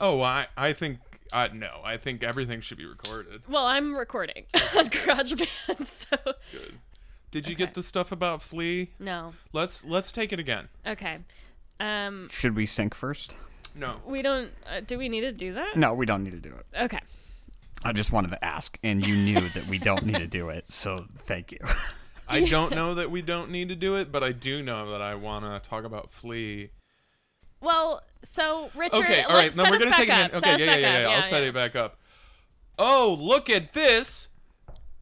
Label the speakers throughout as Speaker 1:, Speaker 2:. Speaker 1: Oh, I I think uh, no. I think everything should be recorded.
Speaker 2: Well, I'm recording on GarageBand, so
Speaker 1: Good. Did you
Speaker 2: Okay.
Speaker 1: get the stuff about Flea?
Speaker 2: no.
Speaker 1: Let's let's take it again.
Speaker 2: Okay. Um,
Speaker 3: Should we sync first?
Speaker 1: No.
Speaker 2: we don't. Uh, do we need to do that?
Speaker 3: No, we don't need to do it.
Speaker 1: Mm.
Speaker 2: Okay.
Speaker 3: I just wanted to ask, and you knew that we don't need to do it, so thank you.
Speaker 1: I don't know that we don't need to do it, but I do know that I want to talk about Flea.
Speaker 2: Well, so Richard.
Speaker 1: Okay, all right.
Speaker 2: let's
Speaker 1: Now
Speaker 2: set
Speaker 1: we're
Speaker 2: us
Speaker 1: gonna
Speaker 2: back
Speaker 1: take
Speaker 2: up.
Speaker 1: it. In. Okay,
Speaker 2: set us
Speaker 1: yeah, yeah,
Speaker 2: back
Speaker 1: yeah,
Speaker 2: up.
Speaker 1: I'll set it back up. Oh, look at this!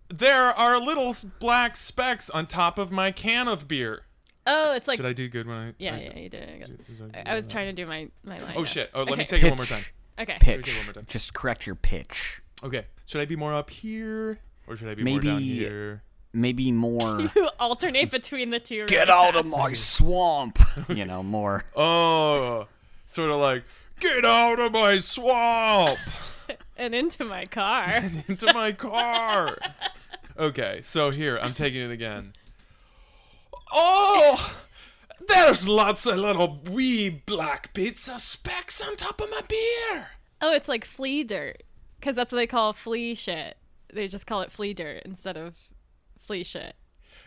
Speaker 1: There are little s- black specks on top of my can of beer.
Speaker 2: Oh, it's like
Speaker 1: Did I do good when I?
Speaker 2: yeah,
Speaker 1: I
Speaker 2: yeah,
Speaker 1: just-
Speaker 2: you did. it.
Speaker 1: was I
Speaker 2: I-
Speaker 1: good
Speaker 2: I was
Speaker 1: at that?
Speaker 2: trying to do my my line.
Speaker 1: Oh shit! Oh, let me
Speaker 2: Okay.
Speaker 1: take it one more time.
Speaker 3: Pitch.
Speaker 2: Okay.
Speaker 1: one
Speaker 3: Pitch.
Speaker 1: more time.
Speaker 3: Just correct your pitch.
Speaker 1: Okay, should I be more up here or should I be more down
Speaker 3: Maybe-
Speaker 1: here?
Speaker 3: Maybe more.
Speaker 2: You alternate between the two.
Speaker 3: Get
Speaker 2: really
Speaker 3: out
Speaker 2: fast.
Speaker 3: of my swamp. You know, more.
Speaker 1: Oh, sort of like get out of my swamp
Speaker 2: and into my car.
Speaker 1: into my car. Okay, so here I'm taking it again. Oh, there's lots of little wee black bits of specks on top of my beer.
Speaker 2: oh, it's like flea dirt, because that's what they call flea shit. They just call it flea dirt instead of flea shit.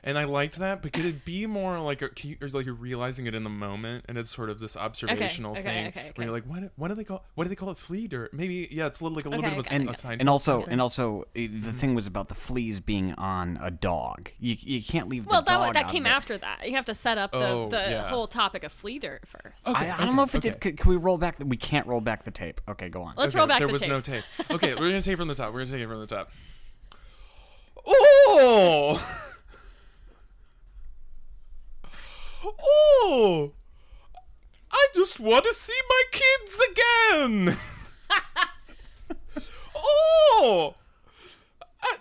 Speaker 1: And I liked that, but could it be more like a, can you, or like you're realizing it in the moment, and it's sort of this observational
Speaker 2: okay,
Speaker 1: thing
Speaker 2: okay, okay.
Speaker 1: where you're like, what, what do they call? What do they call it? Flea dirt? Maybe yeah, it's a little like a little
Speaker 2: Okay,
Speaker 1: bit of a,
Speaker 2: okay.
Speaker 1: s-
Speaker 3: and,
Speaker 1: a sign. Mm-hmm.
Speaker 3: and also and also uh, the thing was about the fleas being on a dog. You, you can't leave
Speaker 2: Well,
Speaker 3: the dog.
Speaker 2: that that
Speaker 3: out
Speaker 2: came
Speaker 3: of it.
Speaker 2: after that. You have to set up the,
Speaker 1: Oh,
Speaker 2: the
Speaker 1: yeah.
Speaker 2: whole topic of flea dirt first.
Speaker 1: Okay,
Speaker 3: I, I don't know if it did. Can, can we roll back? The, we can't roll back the tape. Okay, go on.
Speaker 2: Let's
Speaker 1: Okay,
Speaker 2: roll back
Speaker 1: There
Speaker 2: the
Speaker 1: was
Speaker 2: tape.
Speaker 1: no tape. Okay, we're gonna take it from the top. We're gonna take it from the top. Oh, oh! I just want to see my kids again. oh, I-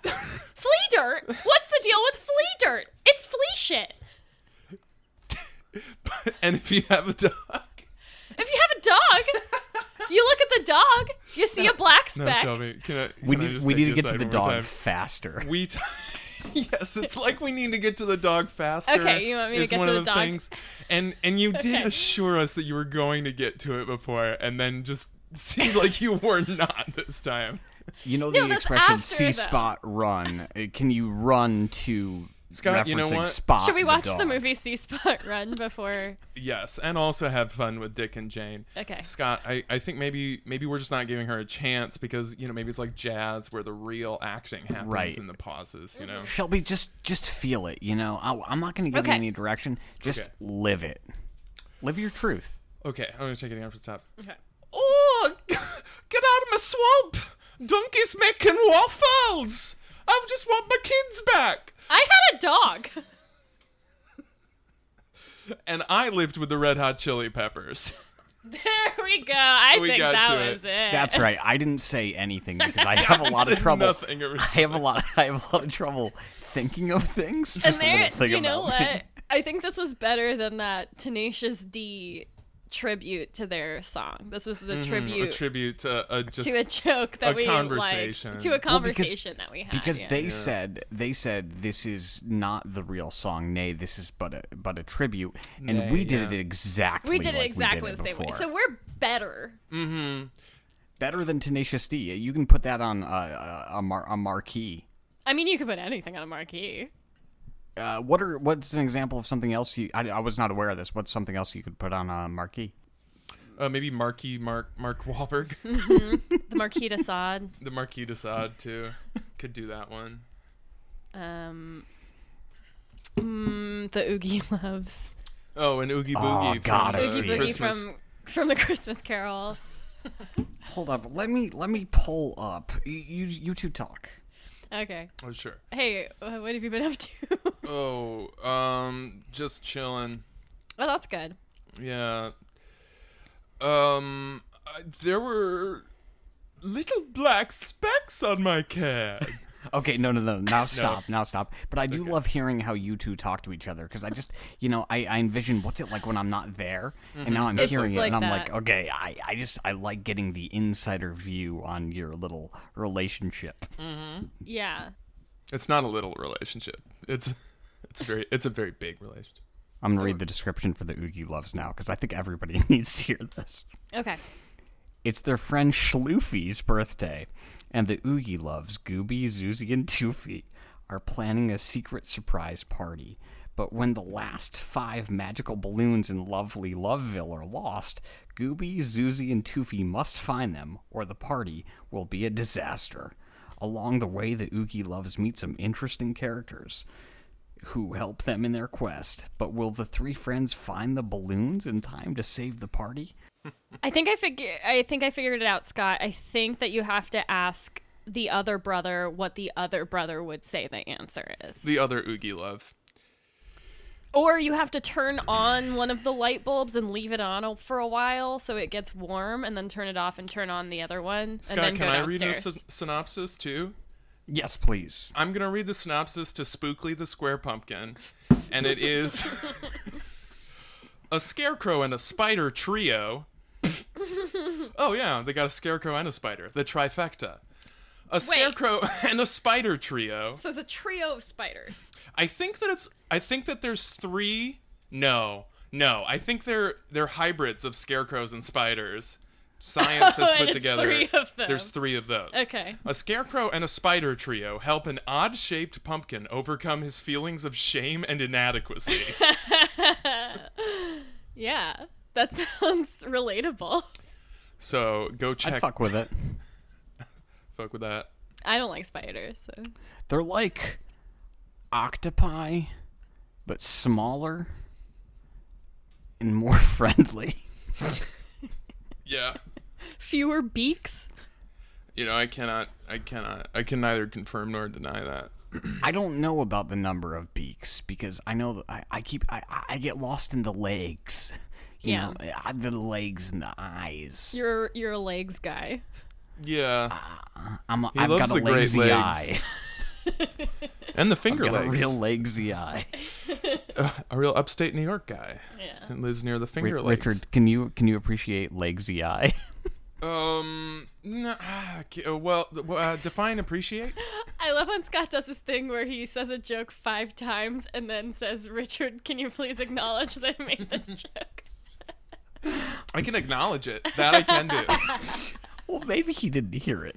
Speaker 2: flea dirt? What's the deal with flea dirt? It's flea shit.
Speaker 1: and if you have a dog,
Speaker 2: If you have a dog, you look at the dog, you see a black
Speaker 1: no,
Speaker 2: speck.
Speaker 1: Shelby, can I?
Speaker 3: we
Speaker 1: can I
Speaker 3: need
Speaker 1: just
Speaker 3: we
Speaker 1: take
Speaker 3: need
Speaker 1: you
Speaker 3: to get to
Speaker 1: aside
Speaker 3: the
Speaker 1: one more
Speaker 3: dog
Speaker 1: time?
Speaker 3: faster.
Speaker 1: We. T- yes, it's like we need to get to the dog faster.
Speaker 2: Okay, you want me to
Speaker 1: is
Speaker 2: get
Speaker 1: one
Speaker 2: to
Speaker 1: of
Speaker 2: the dog?
Speaker 1: Things. And and you did
Speaker 2: Okay.
Speaker 1: assure us that you were going to get to it before, and then just seemed like you were not this time.
Speaker 3: You know
Speaker 2: No,
Speaker 3: the
Speaker 2: that's
Speaker 3: expression
Speaker 2: after,
Speaker 3: "see spot run." Uh, Can you run to
Speaker 1: Scott,
Speaker 3: referencing
Speaker 1: you know what?
Speaker 3: spot?
Speaker 2: Should we watch the,
Speaker 3: dog?
Speaker 2: movie Sea Spot Run before?
Speaker 1: Yes, and also have fun with Dick and Jane.
Speaker 2: Okay.
Speaker 1: Scott, I, I think maybe maybe we're just not giving her a chance because you know maybe it's like jazz where the real acting happens
Speaker 3: Right.
Speaker 1: in the pauses. You know.
Speaker 3: Shelby, just just feel it. You know, I, I'm not going to give
Speaker 2: Okay.
Speaker 3: you any direction. Just
Speaker 1: Okay.
Speaker 3: live it. Live your truth.
Speaker 1: Okay, I'm gonna take it down from the top.
Speaker 2: Okay.
Speaker 1: Oh, get out of my swamp! Donkey's making waffles! I just want my kids back!
Speaker 2: I had a dog.
Speaker 1: And I lived with the Red Hot Chili Peppers.
Speaker 2: There we go. I
Speaker 1: We
Speaker 2: think
Speaker 1: got
Speaker 2: that
Speaker 1: to it.
Speaker 2: was it.
Speaker 3: That's right. I didn't say anything because I have a lot of
Speaker 1: Said
Speaker 3: trouble.
Speaker 1: Nothing. It was-
Speaker 3: I have a lot. I have a lot of trouble thinking of things.
Speaker 2: And
Speaker 3: Just a
Speaker 2: there,
Speaker 3: little thing
Speaker 2: you know
Speaker 3: about me.
Speaker 2: what? I think this was better than that Tenacious D tribute to their song. This was the
Speaker 1: A
Speaker 2: tribute
Speaker 1: tribute to a uh, just.
Speaker 2: to a joke that
Speaker 1: a
Speaker 2: we
Speaker 1: conversation.
Speaker 2: liked, to a
Speaker 3: Well, because-
Speaker 2: conversation that we had.
Speaker 3: because
Speaker 2: Ah, yeah.
Speaker 3: they said they said this is not the real song. Nay, this is but a but a tribute, and
Speaker 1: Nay,
Speaker 3: we did
Speaker 1: yeah.
Speaker 3: it exactly.
Speaker 2: we did
Speaker 3: like
Speaker 2: it exactly
Speaker 3: we did
Speaker 2: the
Speaker 3: it
Speaker 2: same way.
Speaker 3: before.
Speaker 2: So we're better.
Speaker 3: better than Tenacious D. You can put that on uh, a a, a, mar- a marquee.
Speaker 2: I mean, you could put anything on a marquee.
Speaker 3: Uh, what are what's an example of something else? You I, I was not aware of this. What's something else you could put on a marquee?
Speaker 1: uh, maybe Marky Mark Mark Wahlberg.
Speaker 2: The Marquis de Sade.
Speaker 1: the Marquis de Sade, too. Could do that one.
Speaker 2: Um, mm, the Oogie Loves.
Speaker 1: Oh, and Oogie
Speaker 3: Oh,
Speaker 1: Boogie.
Speaker 3: God,
Speaker 1: from,
Speaker 3: I
Speaker 1: uh,
Speaker 3: see.
Speaker 2: Oogie Boogie
Speaker 1: Christmas.
Speaker 2: from, from the Christmas Carol.
Speaker 3: Hold up. Let me let me pull up. You you, you two talk.
Speaker 2: Okay.
Speaker 1: Oh, sure.
Speaker 2: Hey, wh- what have you been up to? well,
Speaker 1: Oh, um, just chilling.
Speaker 2: that's good.
Speaker 1: Yeah. Um, I, there were little black specks on my cab.
Speaker 3: Okay, no, no, no. Now stop. Now stop. But I do love hearing how you two talk to each other because I just, you know, I, I envision what's it like when I'm not there, and now I'm
Speaker 2: It's
Speaker 3: hearing
Speaker 2: just
Speaker 3: it,
Speaker 2: like
Speaker 3: and I'm
Speaker 2: that.
Speaker 3: like, okay, I, I just, I like getting the insider view on your little relationship.
Speaker 2: Yeah.
Speaker 1: it's not a little relationship. It's it's very it's a very big relationship.
Speaker 3: I'm gonna read the description for the Oogie Loves now because I think everybody needs to hear this.
Speaker 2: Okay.
Speaker 3: It's their friend Schloofy's birthday, and the Oogie loves Gooby, Zuzi, and Toofy are planning a secret surprise party. But when the last five magical balloons in lovely Loveville are lost, Gooby, Zuzi, and Toofy must find them, or the party will be a disaster. Along the way, the Oogie Loves meet some interesting characters who help them in their quest. But will the three friends find the balloons in time to save the party?
Speaker 2: I think I figure. I think I figured it out, Scott. I think that you have to ask the other brother what the other brother would say the answer is,
Speaker 1: The other Oogie Love.
Speaker 2: or you have to turn on one of the light bulbs and leave it on a- for a while so it gets warm, and then turn it off and turn on the other one. and
Speaker 1: Scott,
Speaker 2: then
Speaker 1: can
Speaker 2: go
Speaker 1: I read a
Speaker 2: downstairs.
Speaker 1: syn- synopsis too?
Speaker 3: Yes, please.
Speaker 1: I'm going to read the synopsis to Spookly the Square Pumpkin, and it is a scarecrow and a spider trio. oh, yeah, they got a scarecrow and a spider, the trifecta. A scarecrow and a spider trio.
Speaker 2: So it's a trio of spiders.
Speaker 1: I think that it's. I think that there's three. No, no. I think they're they're hybrids of scarecrows and spiders. Science has
Speaker 2: And
Speaker 1: put
Speaker 2: it's
Speaker 1: together.
Speaker 2: three of them.
Speaker 1: There's three of those.
Speaker 2: Okay.
Speaker 1: A scarecrow and a spider trio help an odd-shaped pumpkin overcome his feelings of shame and inadequacy.
Speaker 2: Yeah, that sounds relatable.
Speaker 1: so go check.
Speaker 3: I'd fuck with it.
Speaker 1: fuck with that.
Speaker 2: I don't like spiders. So.
Speaker 3: They're like octopi, but smaller and more friendly.
Speaker 1: Yeah.
Speaker 2: Fewer beaks.
Speaker 1: You know, I cannot. I cannot. I can neither confirm nor deny that.
Speaker 3: I don't know about the number of beaks because I know that I, I keep I, I- I get lost in the legs. You
Speaker 2: Yeah.
Speaker 3: know, I- the legs and the eyes.
Speaker 2: You're you're a legs guy.
Speaker 1: Yeah.
Speaker 3: Ah, I'm a, I've
Speaker 1: loves
Speaker 3: got a
Speaker 1: the great
Speaker 3: lazy
Speaker 1: legs.
Speaker 3: eye.
Speaker 1: And the finger
Speaker 3: Got
Speaker 1: legs.
Speaker 3: a real lazy eye.
Speaker 1: a real upstate New York guy.
Speaker 2: Yeah.
Speaker 1: And lives near the
Speaker 3: Ri-
Speaker 1: finger lakes.
Speaker 3: Richard, can you can you appreciate lazy eye?
Speaker 1: Um. No, ah, k- uh, well, th- well, uh, define appreciate.
Speaker 2: I love when Scott does this thing where he says a joke five times and then says, "Richard, can you please acknowledge that I made this joke?"
Speaker 1: I can acknowledge it. That I can do.
Speaker 3: well, maybe he didn't hear it.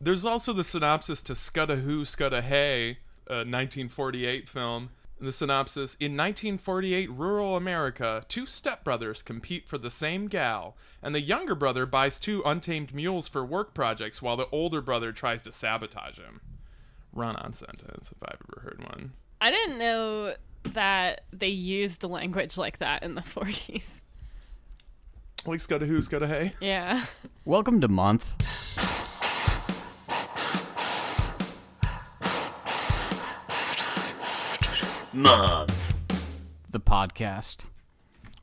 Speaker 1: There's also the synopsis to Scudda Who Scudda Hey, a 1948 film. The synopsis In 1948 rural America, two stepbrothers compete for the same gal, and the younger brother buys two untamed mules for work projects while the older brother tries to sabotage him. Run on sentence, if I've ever heard one.
Speaker 2: I didn't know that they used language like that in the 40s.
Speaker 1: Like Scudda Who Scudda Hey?
Speaker 2: Yeah.
Speaker 3: Welcome to month. Month. The podcast.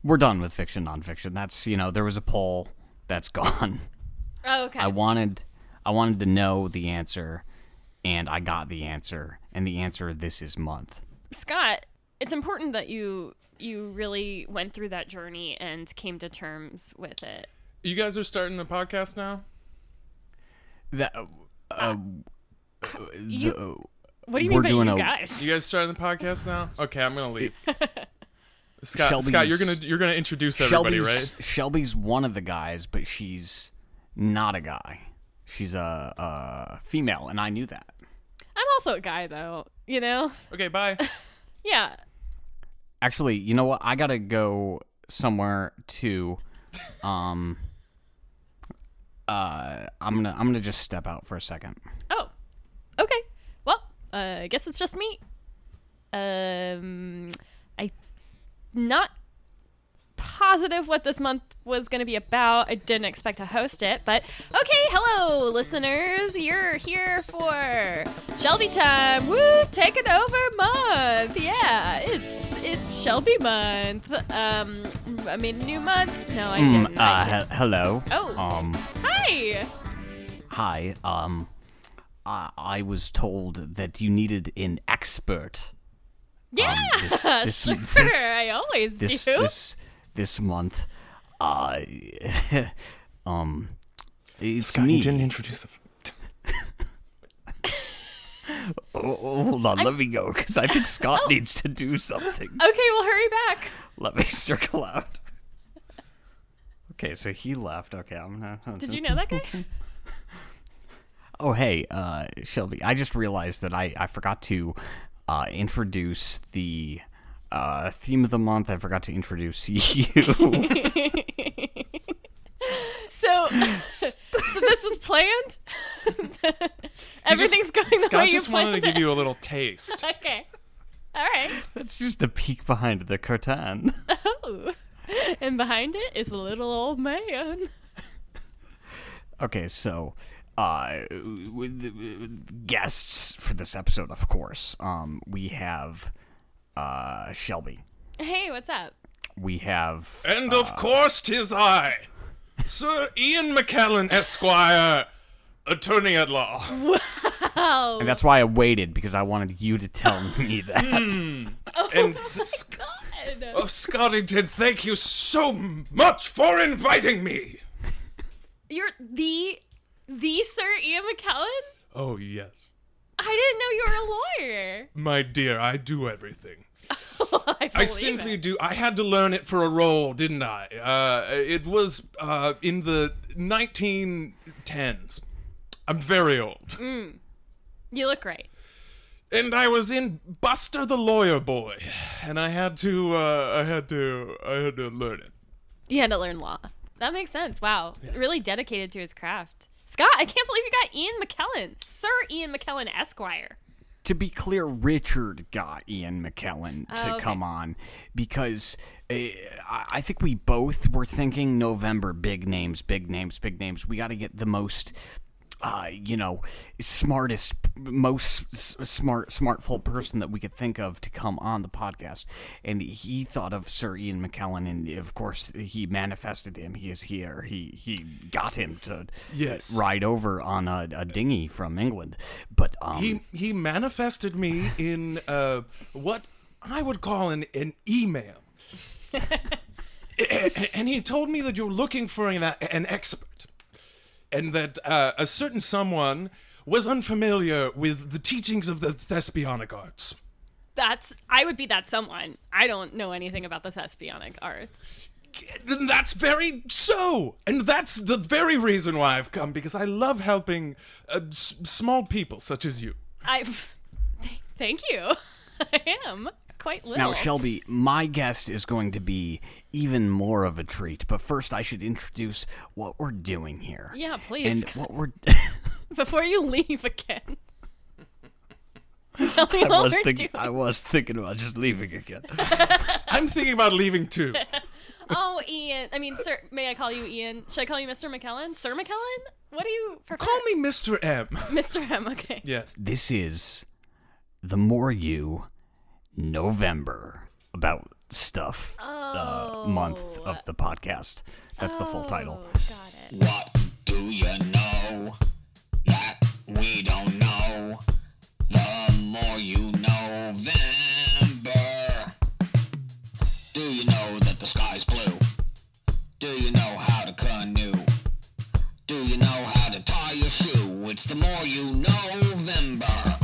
Speaker 3: We're done with fiction, nonfiction. That's you know there was a poll. That's gone.
Speaker 2: Oh, okay.
Speaker 3: I wanted, I wanted to know the answer, and I got the answer. And the answer this is month.
Speaker 2: Scott, it's important that you you really went through that journey and came to terms with it.
Speaker 1: You guys are starting the podcast now?
Speaker 3: That uh, uh,
Speaker 2: You-
Speaker 3: the-
Speaker 2: What do you mean
Speaker 3: We're
Speaker 2: by
Speaker 3: doing
Speaker 2: you
Speaker 3: a-
Speaker 2: guys?
Speaker 1: You guys starting the podcast now? Okay, I'm gonna leave. Scott,
Speaker 3: Shelby's-
Speaker 1: Scott, you're gonna you're gonna introduce everybody,
Speaker 3: Shelby's
Speaker 1: right?
Speaker 3: Shelby's one of the guys, but she's not a guy. She's a, a female, and I knew that.
Speaker 2: I'm also a guy though, you know?
Speaker 1: Okay, bye.
Speaker 2: Yeah.
Speaker 3: Actually, you know what? I gotta go somewhere to. Um. Uh, I'm gonna I'm gonna just step out for a second.
Speaker 2: Oh. Okay. Well, uh, I guess it's just me. Um I not positive what this month was going to be about. I didn't expect to host it, but okay, hello listeners. You're here for Shelby time. Woo, take it over month. Yeah, it's it's Shelby month. Um I mean new month. No, I
Speaker 3: Mm,
Speaker 2: didn't. I
Speaker 3: uh, he- hello.
Speaker 2: Oh.
Speaker 3: Um.
Speaker 2: Hi.
Speaker 3: Hi. Um. I I was told that you needed an expert.
Speaker 2: Yeah.
Speaker 3: this- this-
Speaker 2: sure.
Speaker 3: this-
Speaker 2: I always
Speaker 3: this
Speaker 2: do.
Speaker 3: this this month. Uh, um, it's me.
Speaker 1: introduce
Speaker 3: Oh, oh, hold on, let me go because I think Scott
Speaker 2: Oh.
Speaker 3: needs to do something.
Speaker 2: Okay, well, hurry back.
Speaker 3: Let me circle out. Okay, so he left. Okay, I'm gonna.
Speaker 2: Did you know that guy?
Speaker 3: Oh, hey, uh, Shelby, I just realized that I, I forgot to uh, introduce the uh, theme of the month. I forgot to introduce you.
Speaker 2: So, so this was planned. Everything's going the
Speaker 1: Scott
Speaker 2: way you
Speaker 1: just wanted to
Speaker 2: planned
Speaker 1: give you a little taste.
Speaker 2: it. Okay. All right.
Speaker 3: That's just a peek behind the curtain.
Speaker 2: Oh. And behind it is a little old man.
Speaker 3: Okay, so uh with the- with guests for this episode of course um we have uh shelby
Speaker 2: Hey, what's up?
Speaker 3: we have
Speaker 1: And
Speaker 2: Uh.
Speaker 1: of course, 'tis I, Sir Ian McKellen, Esquire, attorney at law.
Speaker 2: Oh,
Speaker 3: and that's why i waited because i wanted you to tell me that
Speaker 1: and th- Sc- oh, Scotty did thank you so much for inviting me.
Speaker 2: You're the the Sir Ian McKellen?
Speaker 1: Oh yes,
Speaker 2: I didn't know you were a lawyer.
Speaker 1: my dear, I do everything.
Speaker 2: I,
Speaker 1: I
Speaker 2: believe
Speaker 1: simply
Speaker 2: it.
Speaker 1: do. I had to learn it for a role, didn't I? Uh, it was uh, in the 1910s. I'm very old.
Speaker 2: You look great.
Speaker 1: and I was in Buster the Lawyer Boy, and I had to, uh, I had to, I had to learn it.
Speaker 2: You had to learn law. That makes sense. Wow. Really dedicated to his craft. Scott, I can't believe you got Ian McKellen. Sir Ian McKellen Esquire.
Speaker 3: to be clear richard got ian mckellen to
Speaker 2: okay.
Speaker 3: come on because uh, i I think we both were thinking november big names big names big names we got to get the most uh, you know, smartest, most s- smart, smartful person that we could think of to come on the podcast, and he thought of Sir Ian McKellen, and of course he manifested him. He is here. He he got him to
Speaker 1: Yes.
Speaker 3: ride over on a, a dinghy from England, but um,
Speaker 1: He he manifested me in uh, what I would call an an email, and he told me that you're looking for an an expert, and that uh, a certain someone was unfamiliar with the teachings of the Thespianic arts.
Speaker 2: That's I would be that someone. I don't know anything about the thespianic arts.
Speaker 1: And that's very so. And that's the very reason why I've come, because I love helping uh, s- small people such as you.
Speaker 2: I th- thank you. I am quite little.
Speaker 3: Now, Shelby, my guest is going to be even more of a treat, but first I should introduce what we're doing here.
Speaker 2: Yeah, please.
Speaker 3: And what we're.
Speaker 2: Before you leave again. Tell me
Speaker 3: I,
Speaker 2: what
Speaker 3: was
Speaker 2: we're
Speaker 3: think-
Speaker 2: doing.
Speaker 3: I was thinking about just leaving again.
Speaker 1: I'm thinking about leaving too.
Speaker 2: Oh, Ian. I mean, sir. May I call you Ian? Should I call you Mr. McKellen? Sir McKellen? What do you prefer?
Speaker 1: Call me Mr. M.
Speaker 2: Mr. M. Okay.
Speaker 1: Yes.
Speaker 3: this is The More You November about stuff uh, month of the podcast. That's the full title.
Speaker 2: Oh, got it.
Speaker 4: What do you know that we don't know? The more you know, November. Do you know that the sky's blue? Do you know how to canoe? Do you know how to tie your shoe? It's the more you know, November.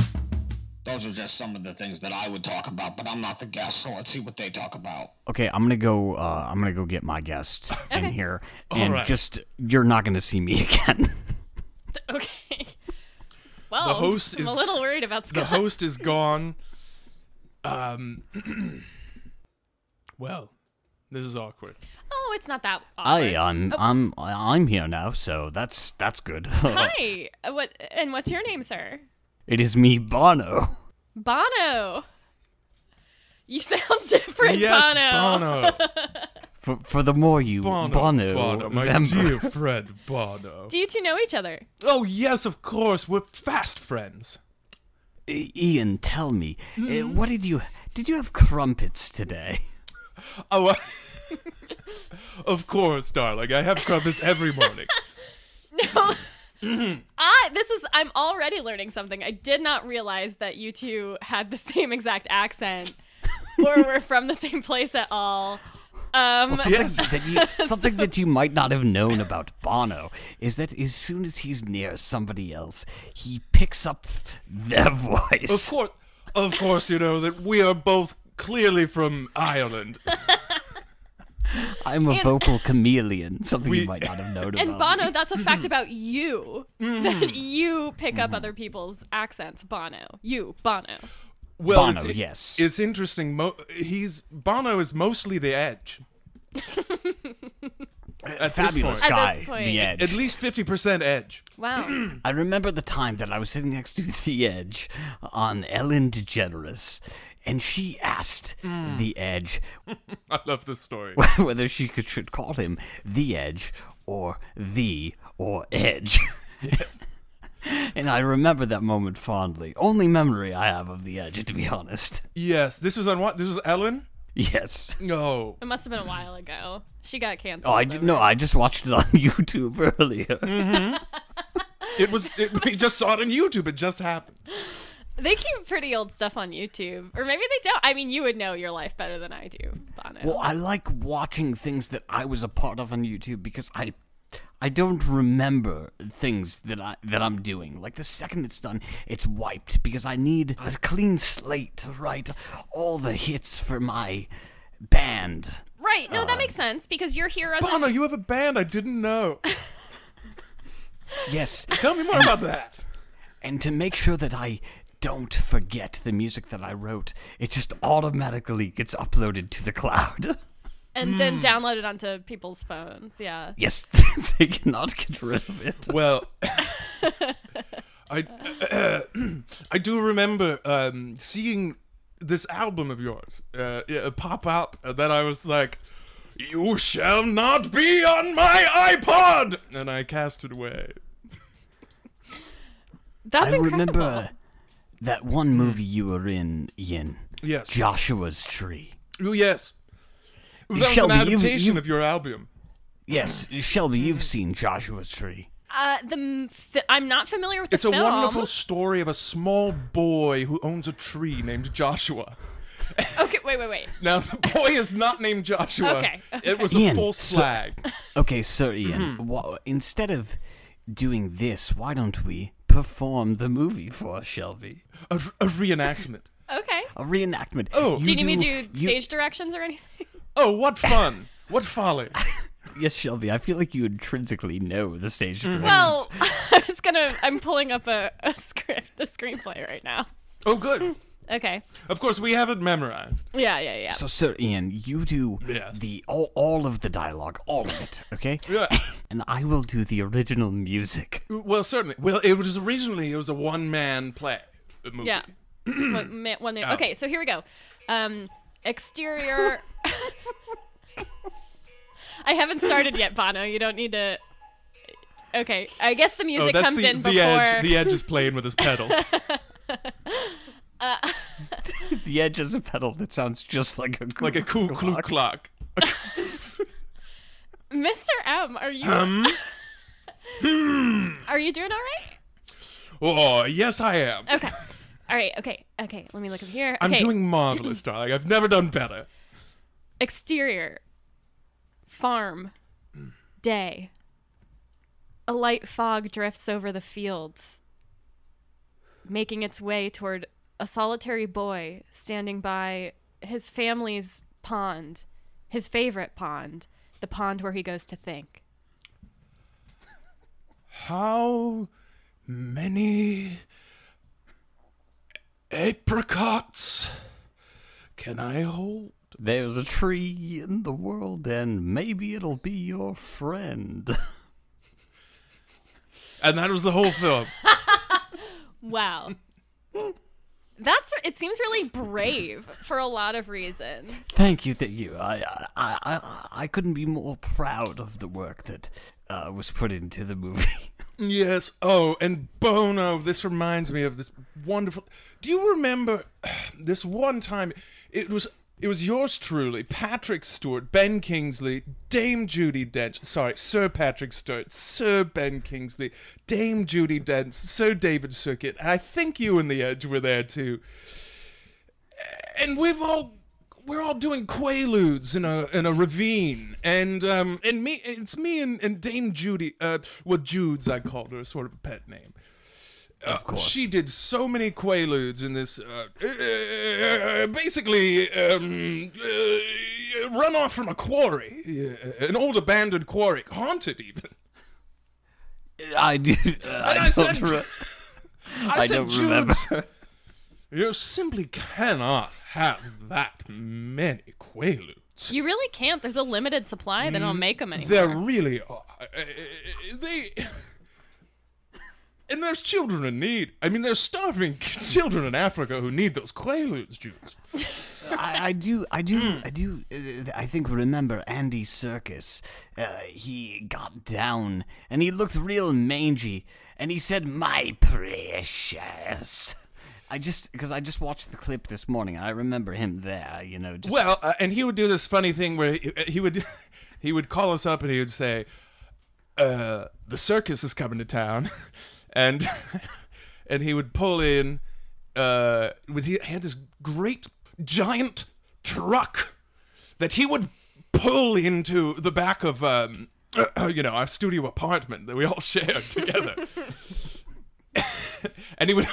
Speaker 4: Those are just some of the things that I would talk about, but I'm not the guest, so let's see what they talk about.
Speaker 3: Okay, I'm gonna go. Uh, I'm gonna go get my guest in here, and
Speaker 1: right.
Speaker 3: just you're not gonna see me again.
Speaker 2: Okay. Well,
Speaker 1: host
Speaker 2: I'm
Speaker 1: is-
Speaker 2: a little worried about
Speaker 1: The
Speaker 2: Scott.
Speaker 1: host is gone. Um. well, this is awkward.
Speaker 2: oh, it's not that awkward.
Speaker 3: Hi, I'm um, I'm I'm here now, so that's that's good.
Speaker 2: Hi. Uh, What? And what's your name, sir?
Speaker 3: it is me, Bono.
Speaker 2: Bono. You sound different,
Speaker 1: yes,
Speaker 2: Bono.
Speaker 1: Bono.
Speaker 3: For for the more you
Speaker 1: Bono.
Speaker 3: Bono,
Speaker 1: my
Speaker 3: Vember.
Speaker 1: dear friend Bono.
Speaker 2: Do you two know each other?
Speaker 1: Oh yes, of course. We're fast friends.
Speaker 3: I- Ian, tell me, uh, what did you did you have crumpets today?
Speaker 1: Oh, uh, of course, darling. I have crumpets every morning.
Speaker 2: No.
Speaker 1: Mm-hmm.
Speaker 2: I this is I'm already learning something. I did not realize that you two had the same exact accent or were from the same place at all. Um
Speaker 3: Something that you something that you might not have known about Bono is that as soon as he's near somebody else, he picks up their
Speaker 1: Of
Speaker 3: voice.
Speaker 1: course, of course, you know that we are both clearly from Ireland.
Speaker 3: I'm a
Speaker 2: And-
Speaker 3: vocal chameleon, something
Speaker 1: We-
Speaker 3: you might not have known
Speaker 2: And
Speaker 3: about. me.
Speaker 2: Bono, that's a fact about you. That you pick up other people's accents, Bono. You, Bono.
Speaker 1: Well,
Speaker 3: Bono,
Speaker 1: it's,
Speaker 3: yes.
Speaker 1: It's interesting. Mo- he's Bono is mostly the edge. At
Speaker 3: Fabulous
Speaker 1: this point,
Speaker 3: guy,
Speaker 2: At this point.
Speaker 3: the edge.
Speaker 1: at least fifty percent edge.
Speaker 2: Wow.
Speaker 3: I remember the time that I was sitting next to The Edge on Ellen DeGeneres, and she asked The Edge
Speaker 1: I love this story.
Speaker 3: whether she could, should call him The Edge or The or Edge. and I remember that moment fondly. Only memory I have of The Edge, to be honest.
Speaker 1: yes, this was on what? This was Ellen.
Speaker 3: Yes.
Speaker 1: No.
Speaker 2: It must have been a while ago. She got canceled.
Speaker 3: Oh, I didn't know. I just watched it on YouTube earlier.
Speaker 1: It was. It, we just saw it on YouTube. It just happened.
Speaker 2: They keep pretty old stuff on YouTube. Or maybe they don't. I mean, you would know your life better than I do, Bono.
Speaker 3: Well, I like watching things that I was a part of on YouTube because I I don't remember things that I that I'm doing. Like the second it's done, it's wiped because I need a clean slate to write all the hits for my band.
Speaker 2: right. No, that makes sense because you're here as
Speaker 1: Bono,
Speaker 2: a.
Speaker 1: you have a band. I didn't know.
Speaker 3: Yes.
Speaker 1: Tell me more about that.
Speaker 3: and to make sure that I don't forget the music that I wrote, it just automatically gets uploaded to the cloud.
Speaker 2: And then downloaded onto people's phones. Yeah.
Speaker 3: yes, they cannot get rid of it.
Speaker 1: Well, I I do remember um, seeing this album of yours uh, yeah, pop up, and then I was like, "You shall not be on my iPod," and I cast it away.
Speaker 2: That's
Speaker 3: I
Speaker 2: incredible. Hmm.
Speaker 3: remember that one movie you were in, Yin.
Speaker 1: Yes.
Speaker 3: Joshua's Tree.
Speaker 1: Oh yes, that was
Speaker 3: Shelby,
Speaker 1: an
Speaker 3: you've-
Speaker 1: adaptation
Speaker 3: you've-
Speaker 1: of your album.
Speaker 3: Yes, Shelby, you've
Speaker 2: Hmm.
Speaker 3: seen Joshua's Tree.
Speaker 2: Uh, the m- fi- I'm not familiar with the
Speaker 1: It's
Speaker 2: film.
Speaker 1: a wonderful story of a small boy who owns a tree named Joshua.
Speaker 2: Okay, wait, wait, wait.
Speaker 1: Now the boy is not named Joshua.
Speaker 2: Okay,
Speaker 1: It was a
Speaker 3: Ian,
Speaker 1: full
Speaker 3: so-
Speaker 1: slag.
Speaker 3: Okay, Sir Ian,
Speaker 1: Hmm.
Speaker 3: wha- instead of doing this, why don't we perform the movie for Shelby?
Speaker 1: A, a reenactment.
Speaker 2: Okay.
Speaker 3: A reenactment.
Speaker 1: Oh.
Speaker 2: Do you need me to do stage directions or anything?
Speaker 1: Oh, what fun! What folly!
Speaker 3: Yes, Shelby, I feel like you intrinsically know the
Speaker 1: Hmm.
Speaker 3: stage directions.
Speaker 2: Well, I was gonna. I'm pulling up a, a script, the screenplay right now.
Speaker 1: Oh, good.
Speaker 2: Okay.
Speaker 1: Of course, we have it memorized.
Speaker 2: Yeah, yeah, yeah.
Speaker 3: So, Sir Ian, you do
Speaker 1: Yeah.
Speaker 3: the all, all of the dialogue, all of it, okay?
Speaker 1: Yeah.
Speaker 3: and I will do the original music.
Speaker 1: Well, certainly. Well, it was originally it was a one-man play a movie.
Speaker 2: Yeah. one, mi- one
Speaker 1: Oh.
Speaker 2: minute. Okay, so here we go. Um, exterior. I haven't started yet, Bono. You don't need to. Okay, I guess the
Speaker 1: Oh,
Speaker 2: music
Speaker 1: that's
Speaker 2: comes
Speaker 1: the,
Speaker 2: in
Speaker 1: the
Speaker 2: before.
Speaker 1: edge. The edge is playing with his pedals.
Speaker 3: The edge is a pedal that sounds just like a
Speaker 1: like a cool clue clock.
Speaker 2: Mr. M, are you?
Speaker 1: Hmm.
Speaker 2: Are you doing all right?
Speaker 1: Oh, yes, I am.
Speaker 2: Okay. All right. Okay. Okay. Let me look over here.
Speaker 1: I'm
Speaker 2: okay.
Speaker 1: doing marvelous, darling. I've never done better.
Speaker 2: exterior. Farm. Day. A light fog drifts over the fields, making its way toward a solitary boy standing by his family's pond, his favorite pond, the pond where he goes to think.
Speaker 1: How many apricots can I hold?
Speaker 3: There's a tree in the world, and maybe it'll be your friend.
Speaker 1: And that was the whole film.
Speaker 2: Wow. That's it seems really brave for a lot of reasons.
Speaker 3: thank you, thank you. I, I, I, I, I couldn't be more proud of the work that uh, was put into the movie.
Speaker 1: Yes. Oh, and Bono, this reminds me of this wonderful. Do you remember this one time? It was it was yours truly, Patrick Stewart, Ben Kingsley, Dame Judy Dench. Sorry, Sir Patrick Stewart, Sir Ben Kingsley, Dame Judy Dench, Sir David Circuit. And I think you and the Edge were there too. And we've all. We're all doing quaaludes in a in a ravine, and um and me it's me and, and Dame Judy uh well Jude's I called her sort of a pet name,
Speaker 3: Of course.
Speaker 1: She did so many quaaludes in this. Uh, uh, basically, um, uh, run off from a quarry, uh, an old abandoned quarry, haunted even.
Speaker 3: I do. uh, I,
Speaker 1: And I
Speaker 3: don't.
Speaker 1: said-
Speaker 3: re-
Speaker 1: I, said,
Speaker 3: don't
Speaker 1: "Jude,
Speaker 3: remember."
Speaker 1: you simply cannot have that many quaaludes.
Speaker 2: You really can't. There's a limited supply. They don't make them anymore.
Speaker 1: There really are. Uh, uh, uh, They. And there's children in need. I mean, there's starving children in Africa who need those quaaludes, Jude.
Speaker 3: I, I do, I do, I do. Uh, I think remember Andy Circus. Uh, he got down and he looked real mangy, and he said, "My precious." I just because I just watched the clip this morning. I remember him there, you know. Just,
Speaker 1: Well, uh, and he would do this funny thing where he, uh, he would he would call us up and he would say, uh, "The circus is coming to town," and and he would pull in. Uh, with he had this great giant truck that he would pull into the back of um, you know our studio apartment that we all shared together and he would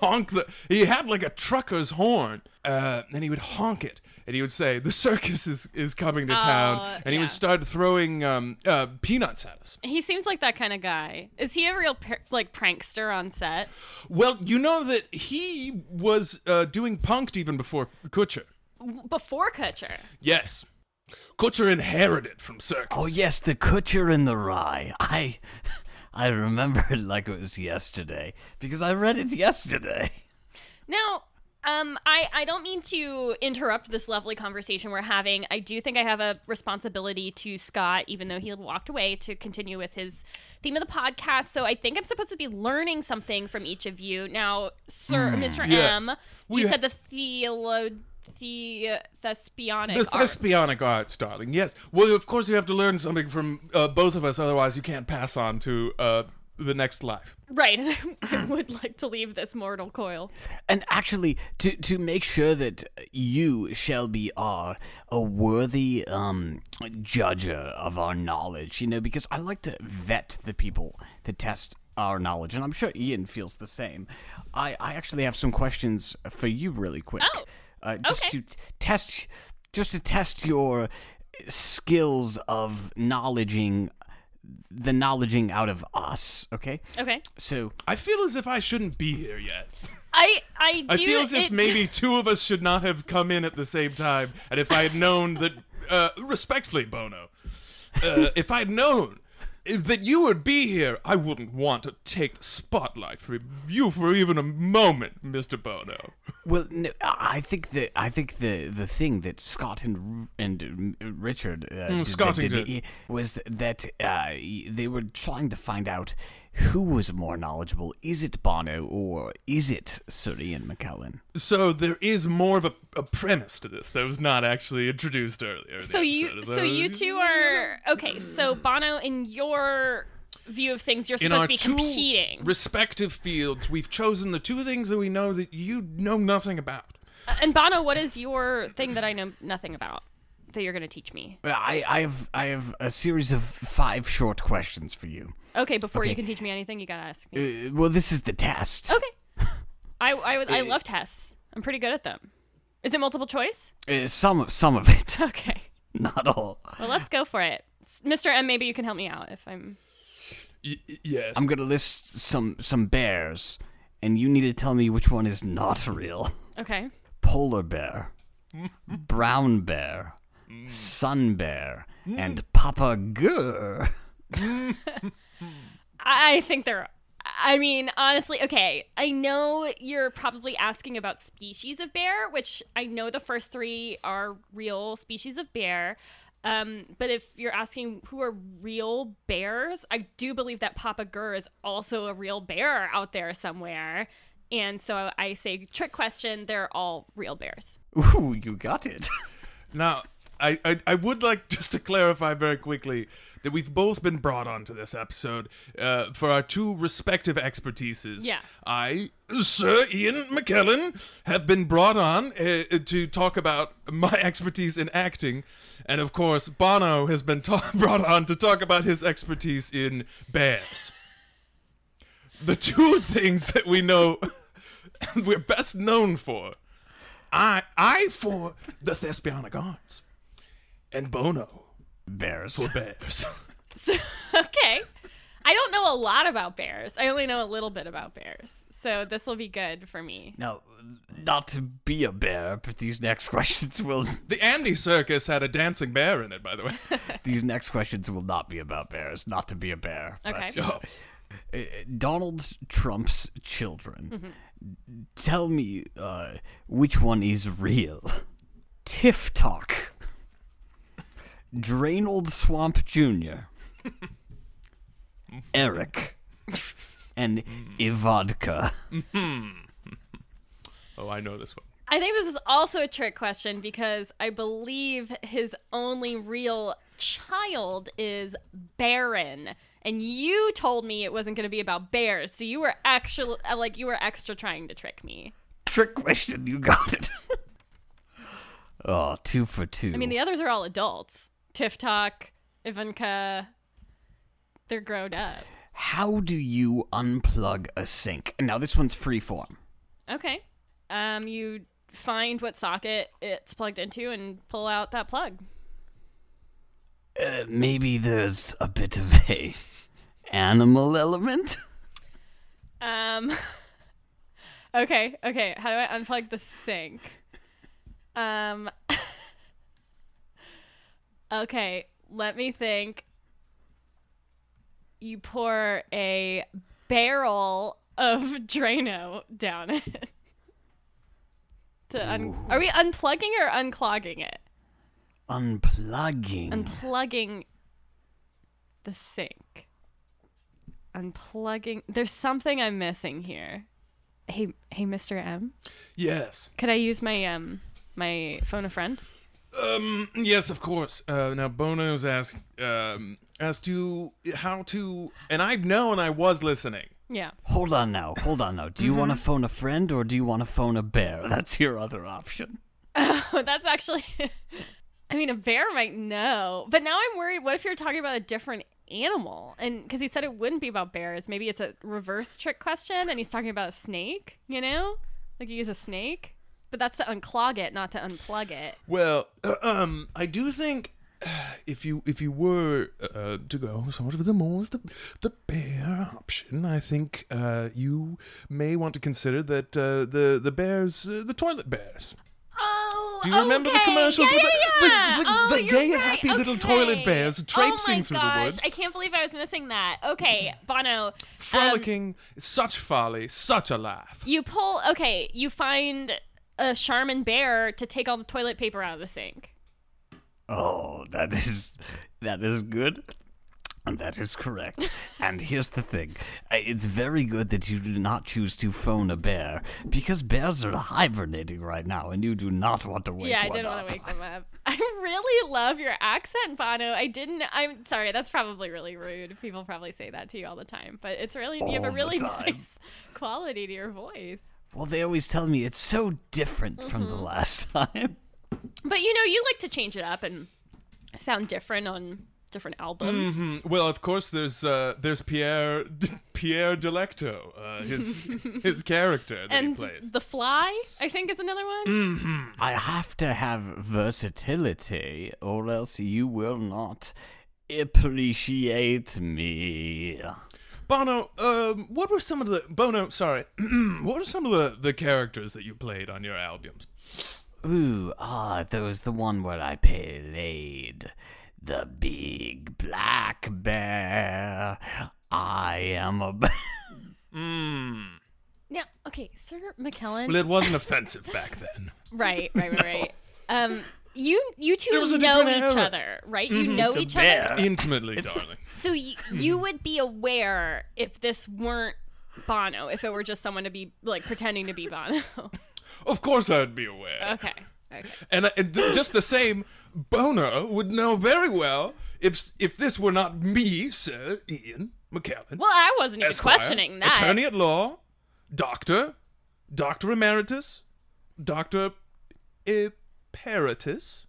Speaker 1: honk the he had like a trucker's horn uh, and he would honk it and he would say the circus is, is coming to town and he
Speaker 2: Oh, yeah.
Speaker 1: would start throwing um, uh, peanuts at us
Speaker 2: He seems like that kind of guy. Is he a real par- like prankster on set?
Speaker 1: well you know that he was uh, doing punked even before kutcher
Speaker 2: W- Before Kutcher,
Speaker 1: yes kutcher inherited from circus
Speaker 3: oh yes, the Kutcher and the Rye. I, I remember it like it was yesterday because I read it yesterday.
Speaker 2: Now, um, I, I don't mean to interrupt this lovely conversation we're having. I do think I have a responsibility to Scott, even though he walked away, to continue with his theme of the podcast. So I think I'm supposed to be learning something from each of you. Now, Sir Mr.
Speaker 1: yes.
Speaker 2: M,
Speaker 1: Hmm. We
Speaker 2: you
Speaker 1: ha-
Speaker 2: said the theolo the thespionic
Speaker 1: the
Speaker 2: arts.
Speaker 1: thespionic arts, darling. Yes. Well, of course, you have to learn something from uh, both of us. Otherwise, you can't pass on to uh, the next life.
Speaker 2: Right. And I, I would like to leave this mortal coil.
Speaker 3: And actually, to to make sure that you, Shelby, are a worthy um judger of our knowledge, you know, because I like to vet the people that test our knowledge, and I'm sure Ian feels the same. I I actually have some questions for you, really quick,
Speaker 2: Oh,
Speaker 3: uh, just
Speaker 2: okay.
Speaker 3: to test, just to test your skills of knowledging the knowledging out of us. Okay,
Speaker 2: Okay.
Speaker 3: so
Speaker 1: I feel as if I shouldn't be here yet.
Speaker 2: I I do
Speaker 1: I feel as if
Speaker 2: it-
Speaker 1: maybe two of us should not have come in at the same time. And if I had known that, uh, respectfully, Bono, uh, if I'd known that you would be here, I wouldn't want to take the spotlight from you for even a moment, Mr. Bono.
Speaker 3: Well, no, I I think the I think the the thing that Scott and R- and uh, Richard uh, did-
Speaker 1: Mm, Scott
Speaker 3: did-
Speaker 1: and did.
Speaker 3: was that uh, they were trying to find out who was more knowledgeable. Is it Bono or is it Sir Ian McKellen?
Speaker 1: So there is more of a, a premise to this that was not actually introduced earlier. in the
Speaker 2: So you
Speaker 1: episode.
Speaker 2: so you two are okay. So Bono, in your view of things, you're
Speaker 1: Hmm. in
Speaker 2: supposed
Speaker 1: our
Speaker 2: to be
Speaker 1: two
Speaker 2: competing,
Speaker 1: respective fields. We've chosen the two things that we know that you know nothing about.
Speaker 2: and Bono, what is your thing that I know nothing about that you're going to teach me?
Speaker 3: I I have I have a series of five short questions for you.
Speaker 2: Okay, before you
Speaker 3: Okay.
Speaker 2: can teach me anything, you got to ask me.
Speaker 3: Uh, well, this is the test.
Speaker 2: Okay, I I, would- I love tests. I'm pretty good at them. Is it multiple choice?
Speaker 3: Uh, some some of it,
Speaker 2: Okay,
Speaker 3: not all.
Speaker 2: well let's go for it, S- Mr. M. Maybe you can help me out if I'm.
Speaker 1: Y- yes.
Speaker 3: I'm gonna list some some bears, and you need to tell me which one is not real.
Speaker 2: Okay,
Speaker 3: polar bear, brown bear, sun bear, and Papa Gur.
Speaker 2: I think they're. I mean, honestly, okay. I know you're probably asking about species of bear, which I know the first three are real species of bear. Um, but if you're asking who are real bears, I do believe that Papa Gur is also a real bear out there somewhere. And so I say, trick question, they're all real bears.
Speaker 3: Ooh, you got it.
Speaker 1: Now, I, I I would like just to clarify very quickly that we've both been brought onto this episode uh, for our two respective expertises.
Speaker 2: Yeah.
Speaker 1: I, Sir Ian McKellen, have been brought on uh, to talk about my expertise in acting, and of course Bono has been ta- brought on to talk about his expertise in bears. the two things that we know we're best known for. I I for the Thespiana Guards, and Bono
Speaker 3: Bears.
Speaker 1: for bears.
Speaker 2: So, okay. I don't know a lot about bears. I only know a little bit about bears. So this will be good for me.
Speaker 3: Now, not to be a bear, but these next questions will
Speaker 1: the Andy Circus had a dancing bear in it, by the way.
Speaker 3: these next questions will not be about bears. Not to be a bear.
Speaker 2: Okay.
Speaker 3: But,
Speaker 1: Oh.
Speaker 3: uh, uh, Donald Trump's children.
Speaker 2: Mm-hmm.
Speaker 3: Tell me uh, which one is real. Tiff Talk. Drainold Swamp Jr. Eric. And Ivodka.
Speaker 1: Oh, I know this one.
Speaker 2: I think this is also a trick question because I believe his only real child is Baron. And you told me it wasn't going to be about bears. So you were actually like you were extra trying to trick me.
Speaker 3: Trick question, you got it. oh, two for two.
Speaker 2: I mean, the others are all adults. Tiff Talk, Ivanka, they're grown up.
Speaker 3: How do you unplug a sink? And Now, this one's freeform.
Speaker 2: Okay. Um, you find what socket it's plugged into and pull out that plug.
Speaker 3: Uh, maybe there's a bit of a animal element.
Speaker 2: Um, okay, okay. How do I unplug the sink? Um, okay, let me think. You pour a barrel of Drano down it. to un- Are we unplugging or unclogging it?
Speaker 3: Unplugging.
Speaker 2: unplugging the sink. Unplugging. There's something I'm missing here. Hey, hey, Mr. M,
Speaker 1: Yes.
Speaker 2: could I use my um my phone a friend?
Speaker 1: Um, yes, of course. Uh, now Bono's asked um, as to how to, and I know, and I was listening.
Speaker 2: Yeah.
Speaker 3: hold on now, hold on now. Do you
Speaker 2: Mm-hmm.
Speaker 3: want to phone a friend or do you want to phone a bear? That's your other option.
Speaker 2: Oh, that's actually. I mean, a bear might know, but now I'm worried. What if you're talking about a different animal? And because he said it wouldn't be about bears, maybe it's a reverse trick question, and he's talking about a snake. You know, like you use a snake, but that's to unclog it, not to unplug it.
Speaker 1: Well, uh, um, I do think uh, if you if you were uh, to go sort of the more of the the bear option, I think uh, you may want to consider that uh, the the bears uh, the toilet bears.
Speaker 2: Oh,
Speaker 1: Do you remember the
Speaker 2: okay.
Speaker 1: commercials
Speaker 2: yeah,
Speaker 1: with the-
Speaker 2: yeah, yeah.
Speaker 1: the- the-
Speaker 2: oh,
Speaker 1: the
Speaker 2: you're
Speaker 1: gay,
Speaker 2: right.
Speaker 1: happy
Speaker 2: okay.
Speaker 1: little toilet bears traipsing
Speaker 2: oh my
Speaker 1: through the
Speaker 2: gosh.
Speaker 1: woods?
Speaker 2: I can't believe I was missing that. Okay, Bono. Um,
Speaker 1: Frolicking, such folly, such a laugh.
Speaker 2: you pull. Okay, you find a Charmin bear to take all the toilet paper out of the sink.
Speaker 3: Oh, that is that is good. And That is correct. and here's the thing: Uh, it's very good that you do not choose to phone a bear because bears are hibernating right now, and you do not want to wake
Speaker 2: yeah, I
Speaker 3: one
Speaker 2: didn't
Speaker 3: up.
Speaker 2: want to wake them up. I really love your accent, Bono. I didn't. I'm sorry. That's probably really rude. People probably say that to you all the time, but it's really you have
Speaker 3: All
Speaker 2: a
Speaker 3: the
Speaker 2: really
Speaker 3: time.
Speaker 2: nice quality to your voice.
Speaker 3: Well, they always tell me it's so different from the
Speaker 2: Mm-hmm.
Speaker 3: last time.
Speaker 2: But you know, you like to change it up and sound different on different albums.
Speaker 1: Mhm. Well, of course, there's uh, there's Pierre Pierre Delecto, uh, his his character that he
Speaker 2: And
Speaker 1: plays. Mm.
Speaker 2: The Fly, I think, is another one.
Speaker 3: I have to have versatility, or else you will not appreciate me.
Speaker 1: Bono, um, what were some of the Bono? Sorry, what were some of the, the characters that you played on your albums?
Speaker 3: Ooh, ah, there was the one where I played the big black bear. I am a bear.
Speaker 2: Now, okay, Sir McKellen.
Speaker 1: Well, it wasn't offensive back then.
Speaker 2: right, right, right, right. Um, you you two
Speaker 1: There was a
Speaker 2: know
Speaker 1: different
Speaker 2: each
Speaker 1: era. Mm-hmm.
Speaker 2: other, right? You know
Speaker 3: It's a
Speaker 2: each other,
Speaker 3: bear.
Speaker 1: Intimately, darling.
Speaker 2: so y- you would be aware if this weren't Bono, if it were just someone to be like pretending to be Bono.
Speaker 1: Of course, I'd be aware.
Speaker 2: okay, okay.
Speaker 1: And, I, and th- just the same, Bono would know very well if s- if this were not me, Sir Ian McKellen.
Speaker 2: Well, I wasn't even
Speaker 1: Esquire,
Speaker 2: questioning that.
Speaker 1: Attorney at law, doctor, doctor emeritus, doctor emeritus,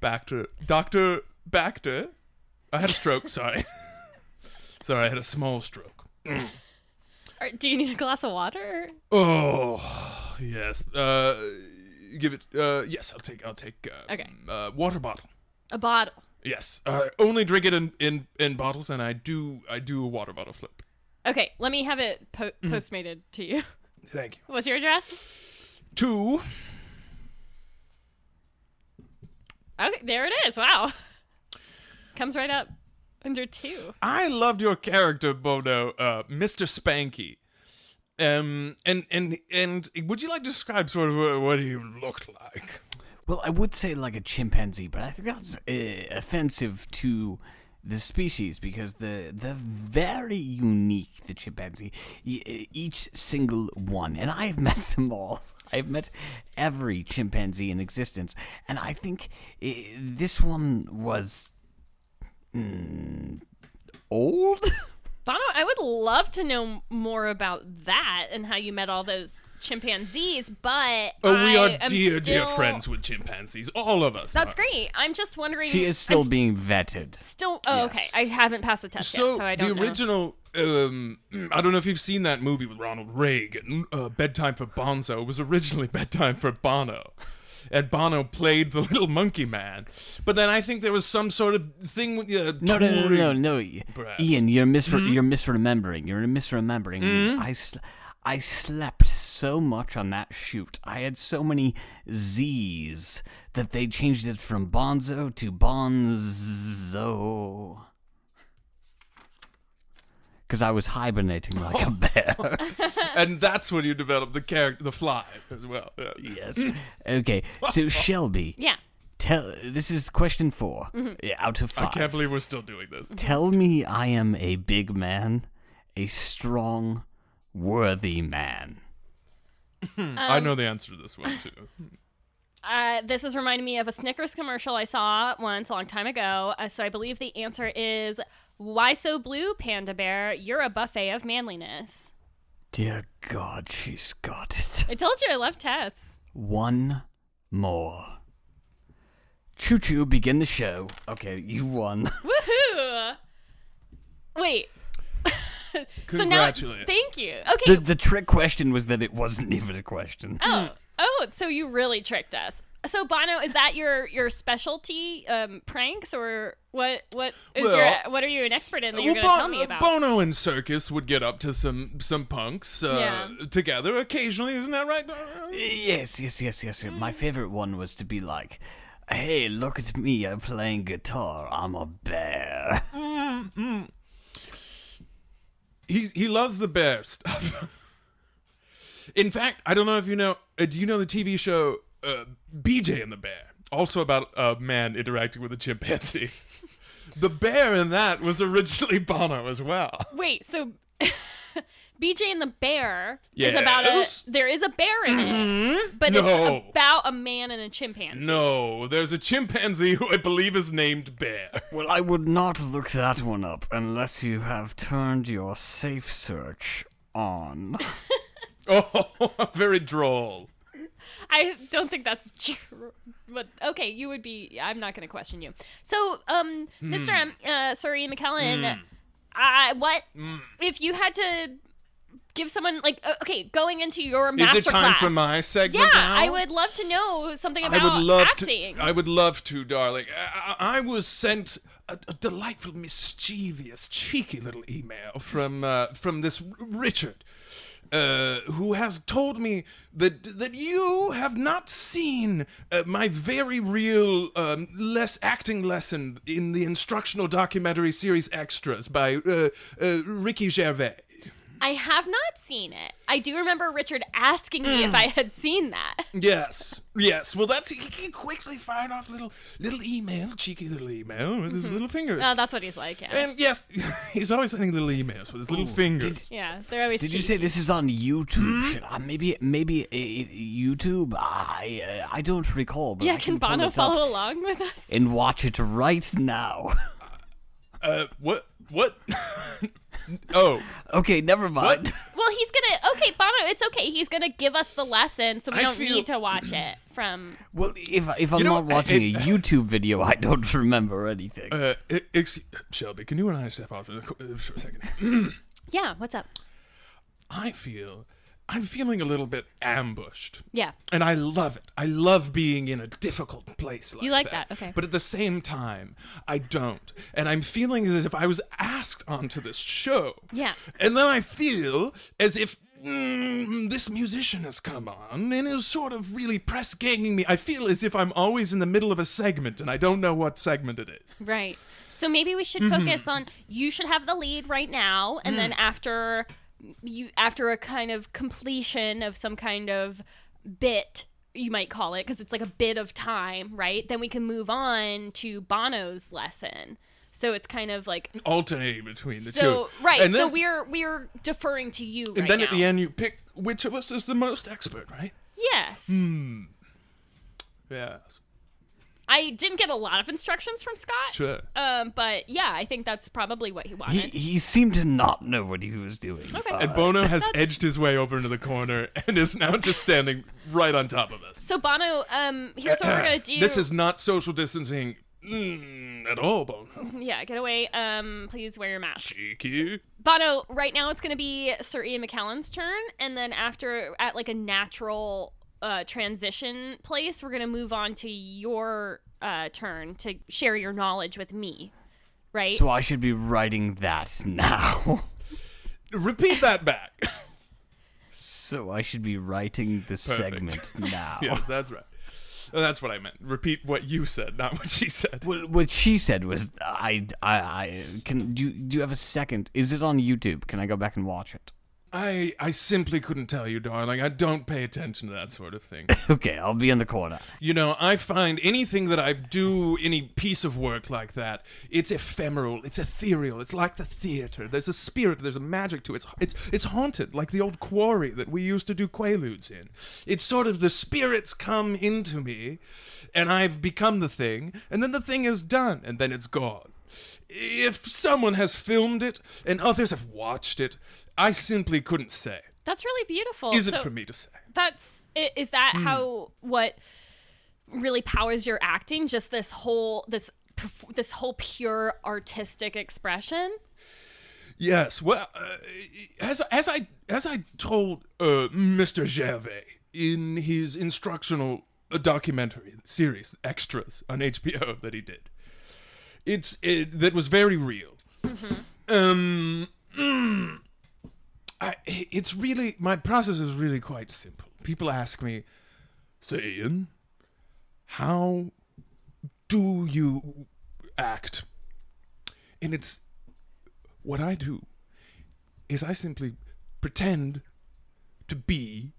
Speaker 1: Bacter, doctor Bacter. I had a stroke. sorry, sorry, I had a small stroke.
Speaker 2: Or do you need a glass of water?
Speaker 1: Oh, yes. Uh, give it. Uh, yes, I'll take. I'll take. Uh,
Speaker 2: Okay.
Speaker 1: Uh, water bottle.
Speaker 2: A bottle.
Speaker 1: Yes. I only drink it in, in in bottles, and I do I do a water bottle flip.
Speaker 2: Okay, let me have it po-
Speaker 1: Mm.
Speaker 2: postmated to you.
Speaker 1: Thank you.
Speaker 2: What's your address?
Speaker 1: Two.
Speaker 2: Okay, there it is. Wow. Comes right up under two.
Speaker 1: I loved your character, Bono, uh, Mr. Spanky. Um, and and and would you like to describe sort of what, what he looked like?
Speaker 3: Well, I would say like a chimpanzee, but I think that's uh, offensive to the species because the the very unique the chimpanzee, e- each single one, and I've met them all. I've met every chimpanzee in existence, and I think uh, this one was mm, old.
Speaker 2: Bono, I would love to know more about that and how you met all those chimpanzees, but
Speaker 1: Oh, we
Speaker 2: I
Speaker 1: are
Speaker 2: am
Speaker 1: dear, dear
Speaker 2: still-
Speaker 1: friends with chimpanzees, all of us.
Speaker 2: That's
Speaker 1: are.
Speaker 2: great. I'm just wondering.
Speaker 3: she is
Speaker 2: I'm
Speaker 3: still being vetted.
Speaker 2: still. Oh,
Speaker 3: Yes.
Speaker 2: okay. I haven't passed the test
Speaker 1: So,
Speaker 2: yet, so I don't
Speaker 1: the
Speaker 2: know.
Speaker 1: original, um, I don't know if you've seen that movie with Ronald Reagan, uh, Bedtime for Bonzo, was originally Bedtime for Bono. And Bono played the little monkey man. But then I think there was some sort of thing with uh,
Speaker 3: No, no, no,
Speaker 1: touring-
Speaker 3: no, no, no.
Speaker 1: Brad.
Speaker 3: Ian, you're misre- you're misremembering. You're misremembering. me. I sl- I slept so much on that shoot. I had so many Z's that they changed it from Bonzo to Bonzo. Because I was hibernating like a bear.
Speaker 1: And that's when you develop the character, the fly, as well. Yeah.
Speaker 3: yes. Okay. So Shelby,
Speaker 2: yeah.
Speaker 3: tell. This is question 4 Yeah, Out of
Speaker 1: I
Speaker 3: five.
Speaker 1: can't believe we're still doing this.
Speaker 3: Tell me I am a big man, a strong, worthy man.
Speaker 1: I
Speaker 2: Um,
Speaker 1: know the answer to this one, too.
Speaker 2: Uh, this is reminding me of a Snickers commercial I saw once a long time ago. Uh, so I believe the answer is why so blue, Panda Bear? You're a buffet of manliness.
Speaker 3: Dear God, she's got it.
Speaker 2: I told you I love tests.
Speaker 3: One more. Choo choo, begin the show. Okay, you won.
Speaker 2: Woohoo! Wait. so now,
Speaker 1: Congratulations.
Speaker 2: thank you. Okay.
Speaker 3: The, the trick question was that it wasn't even a question.
Speaker 2: oh, oh, so you really tricked us. So Bono, is that your your specialty, um, pranks, or what? What is
Speaker 1: Well-
Speaker 2: your what are you an expert in that you're going to
Speaker 1: Bon-
Speaker 2: tell me about?
Speaker 1: uh, Bono and Circus would get up to some some punks uh,
Speaker 2: Yeah.
Speaker 1: together occasionally, isn't that right?
Speaker 3: Yes, yes, yes, yes. My favorite one was to be like, hey, look at me, I'm playing guitar, I'm a bear.
Speaker 1: He's he loves the bear stuff. In fact, I don't know if you know. Uh, do you know the TV show uh, BJ and the Bear? Also about a man interacting with a chimpanzee. the bear in that was originally Bono as well.
Speaker 2: Wait, so BJ and the Bear is about
Speaker 1: Yes. Mm-hmm.
Speaker 2: a there is a bear in it, but
Speaker 1: No.
Speaker 2: it's about a man and a chimpanzee.
Speaker 1: No, there's a chimpanzee who I believe is named Bear.
Speaker 3: Well, I would not look that one up unless you have turned your safe search on.
Speaker 1: Oh, very droll.
Speaker 2: I don't think that's true. But okay, you would be. I'm not going to question you. So, um,
Speaker 1: Hmm.
Speaker 2: Mr. M, uh, sorry, McKellen, I what
Speaker 1: Hmm.
Speaker 2: if you had to give someone like uh, okay, going into your
Speaker 1: Is
Speaker 2: master
Speaker 1: it time for
Speaker 2: class-
Speaker 1: my segment?
Speaker 2: Yeah,
Speaker 1: now?
Speaker 2: I would love to know something about
Speaker 1: I would love
Speaker 2: acting.
Speaker 1: to. I would love to, darling. I, I I was sent a, a delightful, mischievous, cheeky little email from uh, from this R- Richard, uh, who has told me that that you have not seen uh, my very real um, less acting lesson in the instructional documentary series Extras by uh, uh, Ricky Gervais.
Speaker 2: I have not seen it. I do remember Richard asking me
Speaker 1: Hmm.
Speaker 2: if I had seen that.
Speaker 1: Yes, yes. Well, that's he, he quickly fired off little little email, cheeky little email with his little fingers.
Speaker 2: Oh, that's what he's like. Yeah,
Speaker 1: And yes, he's always sending little emails with his little fingers.
Speaker 3: Did,
Speaker 2: yeah. They're always.
Speaker 3: did you
Speaker 2: cheap.
Speaker 3: say this is on
Speaker 2: Hmm?
Speaker 3: YouTube? Should I, maybe maybe uh, YouTube? I uh, I don't recall. But
Speaker 2: Yeah,
Speaker 3: I
Speaker 2: can
Speaker 3: pull it
Speaker 2: Bono
Speaker 3: up
Speaker 2: follow along with us?
Speaker 3: and watch it right now?
Speaker 1: Uh, what? What? oh,
Speaker 3: okay, never mind.
Speaker 2: Well, he's gonna. Okay, Bono, it's okay. He's gonna give us the lesson, so we
Speaker 1: I
Speaker 2: don't
Speaker 1: feel-
Speaker 2: need to watch it from.
Speaker 3: Well, if if I'm
Speaker 1: know,
Speaker 3: not watching
Speaker 1: it-
Speaker 3: a YouTube video, I don't remember anything.
Speaker 1: uh, e- ex- Shelby, can you and I step off for, the, for a second?
Speaker 2: Yeah, what's up?
Speaker 1: I feel I'm feeling a little bit ambushed.
Speaker 2: Yeah.
Speaker 1: And I love it. I love being in a difficult place like
Speaker 2: You like that, okay.
Speaker 1: But at the same time, I don't. And I'm feeling as if I was asked onto this show.
Speaker 2: Yeah.
Speaker 1: And then I feel as if mm, this musician has come on and is sort of really press ganging me. I feel as if I'm always in the middle of a segment and I don't know what segment it is.
Speaker 2: Right. So maybe we should
Speaker 1: Mm-hmm.
Speaker 2: focus on you should have the lead right now and
Speaker 1: Mm.
Speaker 2: then after you after a kind of completion of some kind of bit you might call it because it's like a bit of time, right? Then we can move on to Bono's lesson. So it's kind of like
Speaker 1: Alternating between the
Speaker 2: so
Speaker 1: two.
Speaker 2: right.
Speaker 1: And
Speaker 2: so
Speaker 1: then-
Speaker 2: we're we're deferring to you right
Speaker 1: And then
Speaker 2: now.
Speaker 1: at the end, you pick which of us is the most expert, right?
Speaker 2: Yes.
Speaker 1: Hmm. Yes.
Speaker 2: I didn't get a lot of instructions from Scott.
Speaker 1: Sure.
Speaker 2: Um, but yeah, I think that's probably what he
Speaker 3: He, uh,
Speaker 2: wanted.
Speaker 3: he seemed to not know what he was doing.
Speaker 2: Okay.
Speaker 1: And Bono has edged his way over into the corner and is now just standing right on top of us.
Speaker 2: so Bono, um, here's what we're gonna do.
Speaker 1: This is not social distancing mm, at all, Bono.
Speaker 2: yeah, get away. Um, please wear your mask.
Speaker 1: Cheeky.
Speaker 2: Bono, right now it's gonna be Sir Ian McKellen's turn, and then after at like a natural uh, transition place, we're gonna move on to your uh, turn to share your knowledge with me, right?
Speaker 3: So I should be writing that now.
Speaker 1: Repeat that back.
Speaker 3: so I should be writing the segment now.
Speaker 1: yes, that's right. That's what I meant. Repeat what you said, not what she said.
Speaker 3: What, what she said was, I, I, I can. Do you, do you have a second? Is it on YouTube? Can I go back and watch it?
Speaker 1: I I simply couldn't tell you, darling. I don't pay attention to that sort of thing.
Speaker 3: Okay, I'll be in the corner.
Speaker 1: You know, I find anything that I do, any piece of work like that, it's ephemeral, it's ethereal, it's like the theater. There's a spirit, there's a magic to it. It's, it's, it's haunted, like the old quarry that we used to do quaaludes in. It's sort of the spirits come into me, and I've become the thing, and then the thing is done, and then it's gone. If someone has filmed it and others have watched it, I simply couldn't say.
Speaker 2: That's really beautiful.
Speaker 1: Is it
Speaker 2: So-
Speaker 1: for me to say?
Speaker 2: that's i- is that
Speaker 1: Mm.
Speaker 2: how what really powers your acting just this whole this perf- this whole pure artistic expression
Speaker 1: Yes. Well, uh, as as I as I told uh, Mr. Gervais in his instructional uh, documentary series extras on HBO that he did, it's it, that was very real. Um, mm, I, it's really my process is really quite simple. People ask me, "So Ian, how do you act?" And it's what I do is I simply pretend to be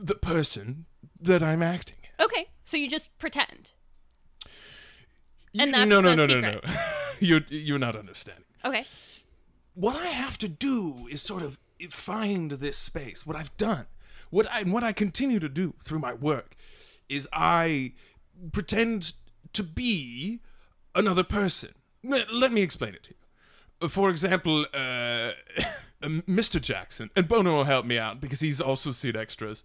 Speaker 1: the person that I'm acting. as.
Speaker 2: okay so you just pretend And
Speaker 1: You-
Speaker 2: that's
Speaker 1: no, no,
Speaker 2: the
Speaker 1: no, no, no. you're you're not understanding.
Speaker 2: okay
Speaker 1: What I have to do is sort of find this space. What I've done, what I and what I continue to do through my work, is I pretend to be another person. Let, let me explain it to you. for example, uh, Mr. Jackson, and Bono will help me out because he's also seen extras.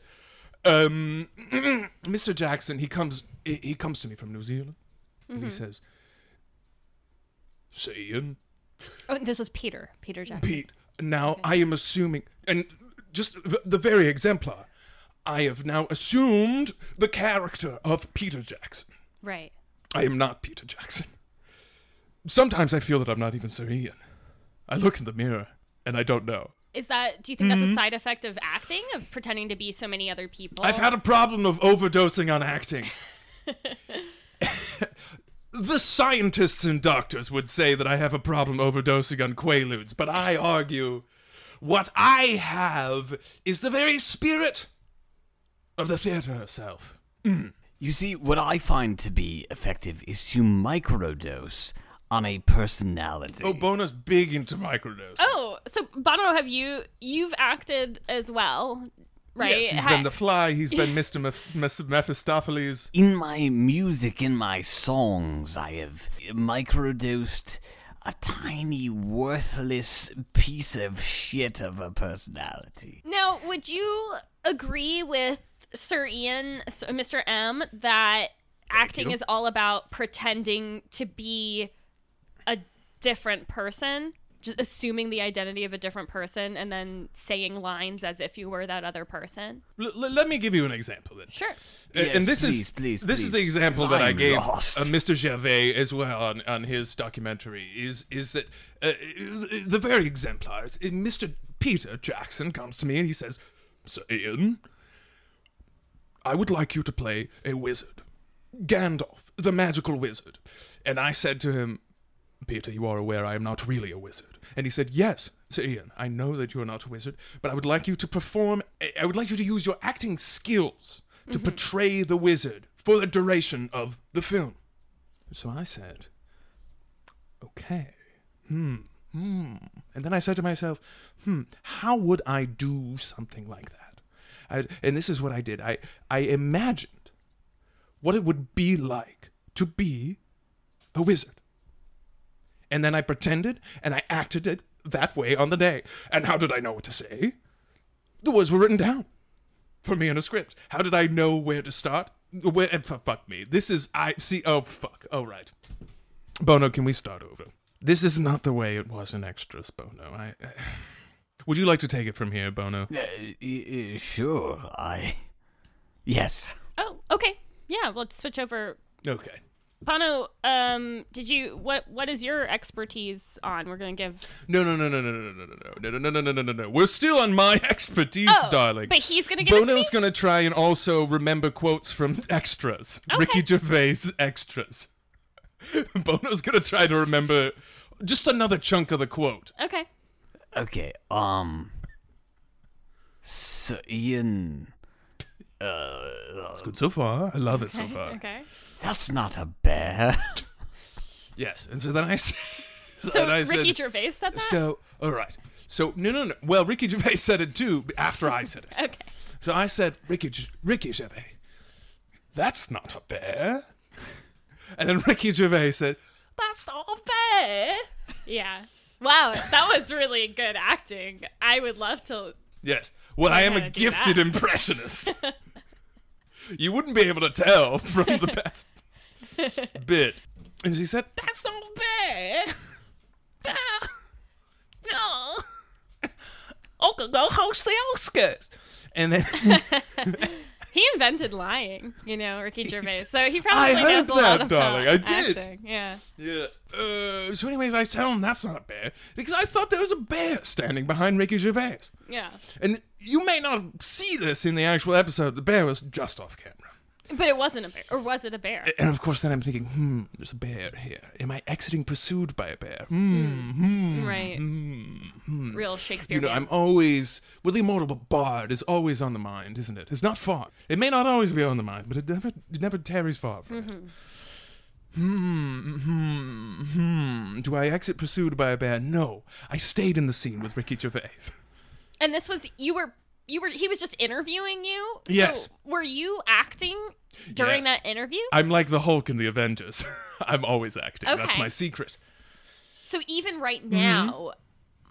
Speaker 1: Um, Mr. Jackson, he comes, he he comes to me from New Zealand, and he says, "Say, um, Ian,
Speaker 2: oh this is peter peter jackson
Speaker 1: Pete. Now I am assuming, and just v- the very exemplar, I have now assumed the character of Peter Jackson.
Speaker 2: right
Speaker 1: I am not Peter Jackson. Sometimes I feel that I'm not even Sir Ian. I look in the mirror and I don't know.
Speaker 2: is that do you think
Speaker 1: Mm-hmm.
Speaker 2: that's a side effect of acting of pretending to be so many other people
Speaker 1: I've had a problem of overdosing on acting. the scientists and doctors would say that I have a problem overdosing on quaaludes, but I argue what I have is the very spirit of the theater herself.
Speaker 3: You see, what I find to be effective is to microdose on a personality.
Speaker 1: Oh, Bono's big into microdose.
Speaker 2: oh so bono have you you've acted as well right
Speaker 1: Yes, he's
Speaker 2: Ha-
Speaker 1: been the fly. He's been Mr. Meph- Meph- Mephistopheles.
Speaker 3: in my music, in my songs, I have microdosed a tiny, worthless piece of shit of a personality.
Speaker 2: Now, would you agree with Sir Ian, S- Mr. M, that acting
Speaker 1: you.
Speaker 2: is all about pretending to be a different person? just assuming the identity of a different person and then saying lines as if you were that other person.
Speaker 1: L- l- let me give you an example then.
Speaker 2: Sure.
Speaker 1: A-
Speaker 3: Yes,
Speaker 1: and this
Speaker 3: please,
Speaker 1: is
Speaker 3: please,
Speaker 1: this is the
Speaker 3: please,
Speaker 1: example
Speaker 3: 'cause
Speaker 1: that I
Speaker 3: I'm
Speaker 1: gave
Speaker 3: lost.
Speaker 1: uh, Mr. Gervais as well on, on his documentary is is that uh, the very exemplars. uh, Mr. Peter Jackson comes to me and he says, "Sir Ian, I would like you to play a wizard, Gandalf, the magical wizard." And I said to him, Peter, you are aware I am not really a wizard. And he said, Yes, Sir Ian, I know that you are not a wizard, but I would like you to perform, I- I would like you to use your acting skills to portray the wizard for the duration of the film. So I said, Okay. Hmm. Hmm. And then I said to myself, Hmm, how would I do something like that? I, and this is what I did. I, I imagined what it would be like to be a wizard and then I pretended and I acted it that way on the day. And how did I know what to say? The words were written down for me in a script. How did I know where to start? Where eh, fu- fuck me. This is I see. Oh fuck. Oh right. Bono, can we start over? This is not the way it was in extras, Bono. I. eh, would you like to take it from here, Bono?
Speaker 3: Uh, sure, I. Yes.
Speaker 2: Oh, okay. Yeah, we'll switch over.
Speaker 1: Okay.
Speaker 2: Pano, um, did you what what is your expertise on? We're gonna give
Speaker 1: No, no, no, no, no, no, no, no, no, no, no, no, no, no, no, no. We're still on my expertise,
Speaker 2: Oh,
Speaker 1: darling.
Speaker 2: but he's gonna give it to
Speaker 1: Bono's
Speaker 2: me?
Speaker 1: gonna try and also remember quotes from extras. Ricky Gervais extras. Bono's gonna try to remember just another chunk of the quote.
Speaker 2: Okay.
Speaker 3: Okay, um. Sir Ian. Uh,
Speaker 1: It's good so far. I love it so far.
Speaker 2: Okay.
Speaker 3: that's not a bear.
Speaker 1: Yes, and so then I said.
Speaker 2: So
Speaker 1: then I said-
Speaker 2: Ricky Gervais said that?
Speaker 1: So all right. So no, no, no. Well, Ricky Gervais said it too after I said it.
Speaker 2: okay.
Speaker 1: So I said, Ricky, G- Ricky Gervais, that's not a bear. And then Ricky Gervais said, that's not a bear.
Speaker 2: Yeah. Wow, that was really good acting. I would love to
Speaker 1: Yes. Well, I am
Speaker 2: gotta
Speaker 1: a
Speaker 2: do that.
Speaker 1: gifted impressionist. you wouldn't be able to tell from the past bit. And she said, That's not bad. Ah, No. I could go host the Oscars. And then
Speaker 2: He invented lying, you know, Ricky Gervais. So he
Speaker 1: I
Speaker 2: probably knows
Speaker 1: heard
Speaker 2: a lot
Speaker 1: that,
Speaker 2: about
Speaker 1: darling. I did.
Speaker 2: acting. Yeah.
Speaker 1: Yes. Uh, so, anyways, I tell him that's not a bear because I thought there was a bear standing behind Ricky Gervais.
Speaker 2: Yeah.
Speaker 1: And you may not see this in the actual episode. The bear was just off camera.
Speaker 2: But it wasn't a bear. Or was it a bear?
Speaker 1: And of course, then I'm thinking, hmm, there's a bear here. Am I exiting pursued by a bear? Hmm, hmm.
Speaker 2: right. Real Shakespeare.
Speaker 1: Mm-hmm. You know,
Speaker 2: bear.
Speaker 1: I'm always, well, the immortal bard is always on the mind, isn't it? It's not far. It may not always be on the mind, but it never, it never tarries far from it. Hmm, hmm, hmm. Do I exit pursued by a bear? No. I stayed in the scene with Ricky Gervais.
Speaker 2: and this was you were you were he was just interviewing you?
Speaker 1: Yes.
Speaker 2: So were you acting during
Speaker 1: Yes.
Speaker 2: that interview?
Speaker 1: I'm like the Hulk in the Avengers. I'm always acting. That's
Speaker 2: Okay.
Speaker 1: my secret.
Speaker 2: So even right now,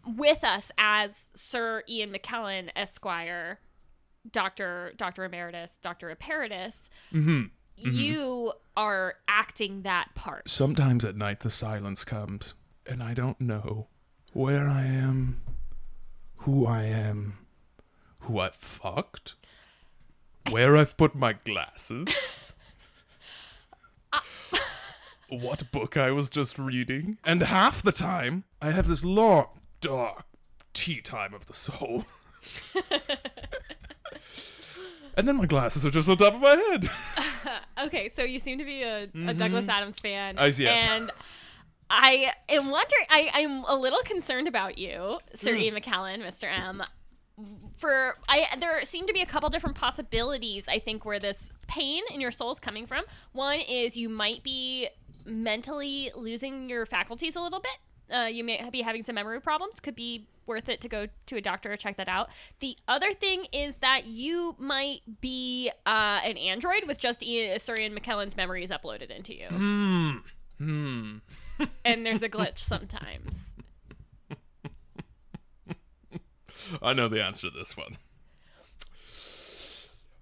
Speaker 2: with us as Sir Ian McKellen Esquire, Doctor Doctor Emeritus, Doctor Emeritus, you are acting that part.
Speaker 1: Sometimes at night the silence comes, and I don't know where I am, who I am, who I fucked, where I've put my glasses, what book I was just reading, and half the time I have this long, dark tea time of the soul. and then my glasses are just on top of my head.
Speaker 2: Okay, so you seem to be a, a Douglas Adams fan.
Speaker 1: I- yes.
Speaker 2: And I am wondering, I, I'm a little concerned about you, Sir Ian McKellen, Mr. M. For I, there seem to be a couple different possibilities. I think where this pain in your soul is coming from. One is you might be mentally losing your faculties a little bit. Uh, you may be having some memory problems. Could be worth it to go to a doctor or check that out. The other thing is that you might be uh, an android with just Ian, Sir Ian McKellen's memories uploaded into you
Speaker 1: Hmm.
Speaker 2: and there's a glitch sometimes.
Speaker 1: I know the answer to this one.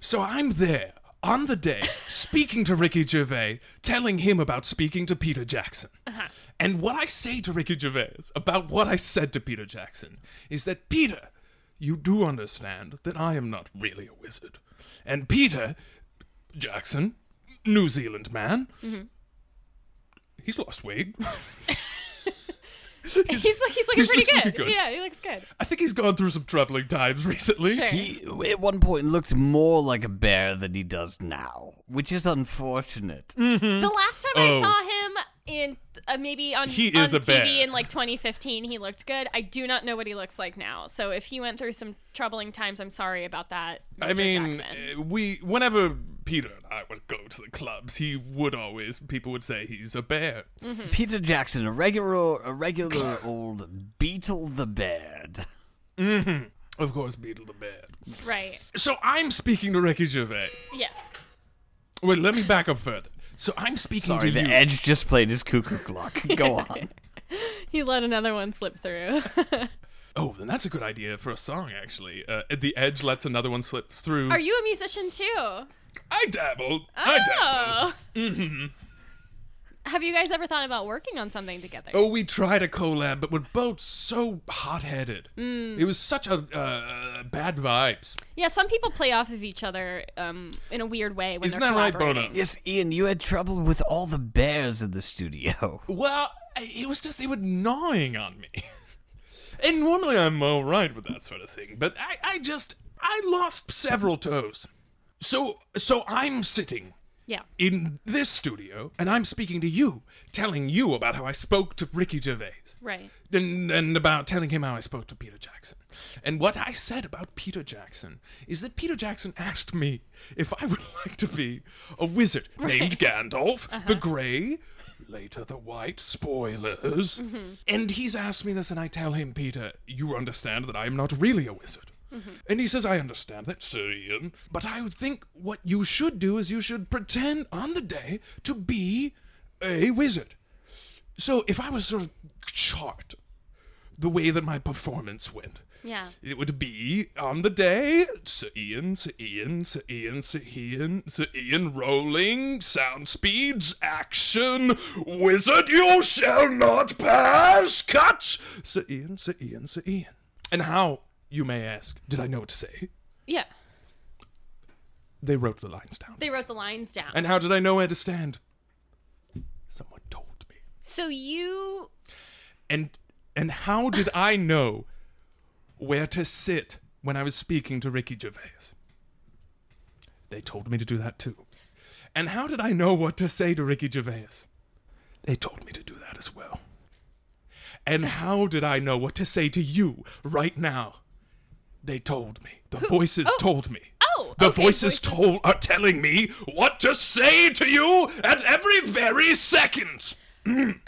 Speaker 1: So I'm there on the day speaking to Ricky Gervais, telling him about speaking to Peter Jackson. And what I say to Ricky Gervais about what I said to Peter Jackson is that Peter, you do understand that I am not really a wizard. And Peter Jackson, New Zealand man, he's lost weight.
Speaker 2: He's, he's looking
Speaker 1: he's
Speaker 2: pretty
Speaker 1: looks
Speaker 2: good.
Speaker 1: looking good.
Speaker 2: Yeah, he looks good.
Speaker 1: I think he's gone through some troubling times recently.
Speaker 2: Sure.
Speaker 3: He at one point looked more like a bear than he does now, which is unfortunate.
Speaker 2: The last time
Speaker 1: Oh.
Speaker 2: I saw him in uh, maybe on,
Speaker 1: He
Speaker 2: on
Speaker 1: is a
Speaker 2: TV
Speaker 1: bear.
Speaker 2: in like 2015, he looked good. I do not know what he looks like now. So if he went through some troubling times, I'm sorry about that. Mr.
Speaker 1: I mean,
Speaker 2: Jackson.
Speaker 1: uh, we whenever Peter and I would go to the clubs, he would always people would say he's a bear.
Speaker 2: Mm.
Speaker 3: Peter Jackson, a regular, a regular old Beetle the Beard.
Speaker 1: Of course, Beetle the bear.
Speaker 2: right?
Speaker 1: So I'm speaking to Ricky Gervais.
Speaker 2: Yes.
Speaker 1: Wait, let me back up further. So I'm speaking
Speaker 3: Sorry,
Speaker 1: to
Speaker 3: the
Speaker 1: you.
Speaker 2: e-
Speaker 3: Edge just played his cuckoo clock. Go on.
Speaker 2: He let another one slip through.
Speaker 1: Oh, then that's a good idea for a song, actually. Uh, the Edge lets another one slip through.
Speaker 2: Are you Oh. a musician too? Oh.
Speaker 1: I dabble. I Mm-hmm. dabble.
Speaker 2: Have you guys ever thought about working on something together?
Speaker 1: Oh, we tried a collab, but we're both so hot-headed.
Speaker 2: Mm.
Speaker 1: It was such a uh, bad vibes.
Speaker 2: Yeah, some people play off of each other um, in a weird way when
Speaker 1: Isn't
Speaker 2: they're
Speaker 1: that right,
Speaker 2: collaborating.
Speaker 1: Bono?
Speaker 3: yes, Ian, you had trouble with all the bears in the studio.
Speaker 1: Well, I- it was just they were gnawing on me. and normally I'm all right with that sort of thing, but I, I just I lost several toes. So so I'm sitting
Speaker 2: Yeah.
Speaker 1: in this studio and I'm speaking to you, telling you about how I spoke to Ricky Gervais
Speaker 2: Right.
Speaker 1: and, and about telling him how I spoke to Peter Jackson. And what I said about Peter Jackson is that Peter Jackson asked me if I would like to be a wizard named Gandalf the Grey, later the White, spoilers. And he's asked me this, and I tell him, Peter, you understand that I am not really a wizard. And he says, I understand that, Sir Ian, but I think what you should do is you should pretend on the day to be a wizard. So if I was sort of chart the way that my performance went,
Speaker 2: Yeah.
Speaker 1: it would be on the day Sir Ian, Sir Ian, Sir Ian, Sir Ian, Sir Ian rolling, sound speeds, action, wizard, you shall not pass, cut, Sir Ian, Sir Ian, Sir Ian. And how, you may ask, did I know what to say?
Speaker 2: Yeah.
Speaker 1: They wrote the lines down.
Speaker 2: They wrote the lines down.
Speaker 1: And how did I know where to stand? Someone told me.
Speaker 2: so you
Speaker 1: and and how did I know where to sit when I was speaking to Ricky Gervais? They told me to do that too. And how did I know what to say to Ricky Gervais? They told me to do that as well. And how did I know what to say to you right now? They told me. The voices
Speaker 2: oh.
Speaker 1: told me.
Speaker 2: Oh,
Speaker 1: The
Speaker 2: okay,
Speaker 1: voices, told are telling me what to say to you at every very second.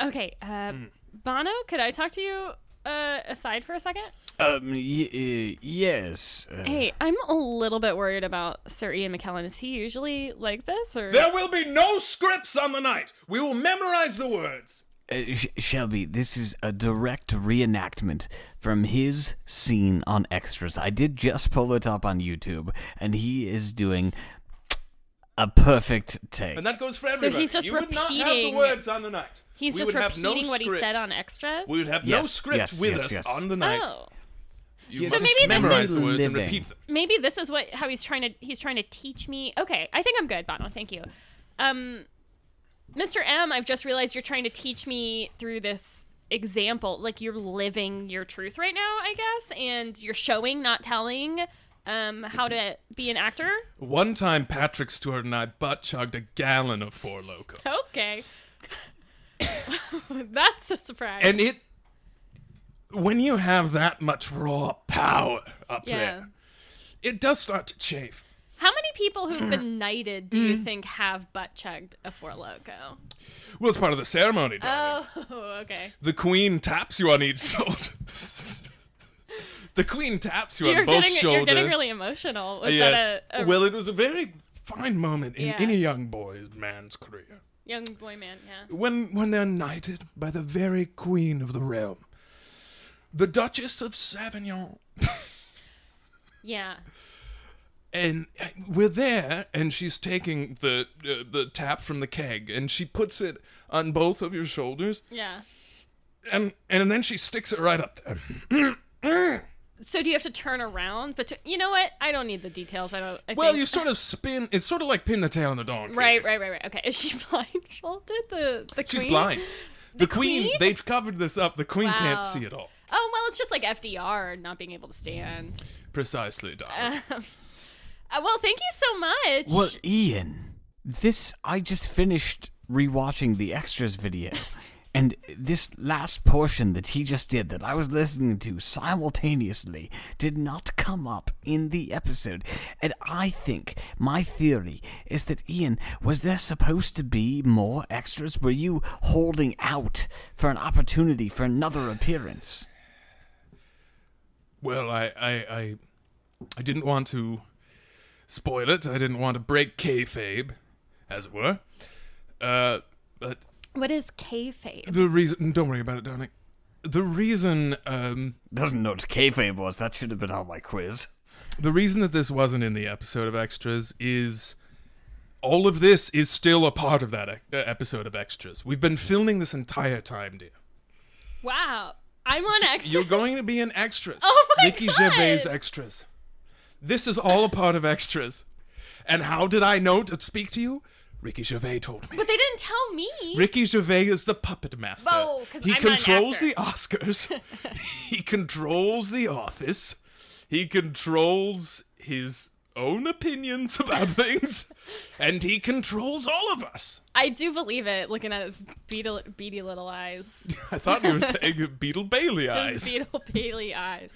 Speaker 2: Okay, uh,
Speaker 1: Hmm.
Speaker 2: Bono, could I talk to you uh, aside for a second?
Speaker 3: Um, y- uh, yes. Uh,
Speaker 2: Hey, I'm a little bit worried about Sir Ian McKellen. Is he usually like this, or
Speaker 1: There will be no scripts on the night. We will memorize the words.
Speaker 3: Uh, Sh- Shelby, this is a direct reenactment from his scene on Extras. I did just pull it up on YouTube, and he is doing a perfect take.
Speaker 1: And that goes for
Speaker 2: So
Speaker 1: everybody.
Speaker 2: he's just
Speaker 1: you would not have the
Speaker 2: repeating-
Speaker 1: words on the night.
Speaker 2: he's
Speaker 1: We
Speaker 2: just
Speaker 1: would have
Speaker 2: repeating
Speaker 1: no
Speaker 2: what he
Speaker 1: script.
Speaker 2: said on extras?
Speaker 1: We would have no
Speaker 3: Yes,
Speaker 1: script
Speaker 3: yes,
Speaker 1: with
Speaker 3: yes,
Speaker 1: us
Speaker 3: yes.
Speaker 1: on the night.
Speaker 2: oh,
Speaker 1: You
Speaker 3: Yes,
Speaker 1: must
Speaker 2: maybe this
Speaker 1: memorize
Speaker 3: is
Speaker 1: the words and
Speaker 3: living.
Speaker 1: repeat them.
Speaker 2: maybe this is what how he's trying to he's trying to teach me. Okay, I think I'm good, Bono. Thank you. Um, Mr. M, I've just realized you're trying to teach me through this example. Like you're living your truth right now, I guess, and you're showing, not telling, um, how to be an actor.
Speaker 1: One time, Patrick Stewart and I butt chugged a gallon of Four Loco,
Speaker 2: Okay. That's a surprise.
Speaker 1: and it. When you have that much raw power up
Speaker 2: yeah.
Speaker 1: there, it does start to chafe.
Speaker 2: How many people who've been knighted do you think have butt chugged a Four Loco?
Speaker 1: Well, it's part of the ceremony, darling.
Speaker 2: Oh, okay.
Speaker 1: The queen taps you on each shoulder. the queen taps you
Speaker 2: You're
Speaker 1: on both
Speaker 2: getting
Speaker 1: shoulders.
Speaker 2: you're getting really emotional. Was
Speaker 1: yes.
Speaker 2: that a, a
Speaker 1: Well, it was a very fine moment in
Speaker 2: Yeah.
Speaker 1: any young boy's man's career
Speaker 2: young boy man? Yeah.
Speaker 1: when when they're knighted by the very queen of the realm, the Duchess of Savignon.
Speaker 2: Yeah.
Speaker 1: and uh, we're there and she's taking the uh, the tap from the keg and she puts it on both of your shoulders
Speaker 2: Yeah.
Speaker 1: and and then she sticks it right up there.
Speaker 2: So do you have to turn around? But to- you know what? I don't need the details. I don't. I
Speaker 1: Well,
Speaker 2: think-
Speaker 1: you sort of spin. It's sort of like pin the tail on the donkey.
Speaker 2: Right, right, right, right. Okay, is she blindfolded? The the
Speaker 1: She's
Speaker 2: queen?
Speaker 1: blind. The, queen,
Speaker 2: queen?
Speaker 1: They've covered this up. The queen
Speaker 2: Wow.
Speaker 1: can't see it all.
Speaker 2: Oh well, it's just like FDR not being able to stand.
Speaker 1: Precisely, darling.
Speaker 2: Um, uh, well, thank you so much.
Speaker 3: Well, Ian, this I just finished rewatching the extras video. And this last portion that he just did that I was listening to simultaneously did not come up in the episode. And I think my theory is that Ian, was there supposed to be more extras? Were you holding out for an opportunity for another appearance?
Speaker 1: Well, I, I, I, I didn't want to spoil it. I didn't want to break kayfabe, as it were. Uh, but
Speaker 2: what is kayfabe?
Speaker 1: the reason, don't worry about it, darling. The reason, um,
Speaker 3: Doesn't know what kayfabe was. That should have been on my quiz.
Speaker 1: the reason that this wasn't in the episode of extras is all of this is still a part of that e- uh, episode of extras. We've been filming this entire time, dear.
Speaker 2: Wow, I'm on extra.
Speaker 1: You're going to be in extras.
Speaker 2: Oh my
Speaker 1: Ricky
Speaker 2: God.
Speaker 1: Gervais extras. This is all a part of extras. And how did I know to speak to you? Ricky Gervais told me.
Speaker 2: But they didn't tell me.
Speaker 1: Ricky Gervais is the puppet master.
Speaker 2: Oh, 'cause
Speaker 1: he
Speaker 2: I'm not an
Speaker 1: controls
Speaker 2: actor.
Speaker 1: the Oscars. he controls the office. He controls his own opinions about things. and he controls all of us.
Speaker 2: I do believe it. Looking at his beetle, beady little eyes,
Speaker 1: I thought you were saying Beetle Bailey eyes.
Speaker 2: his beetle Bailey eyes.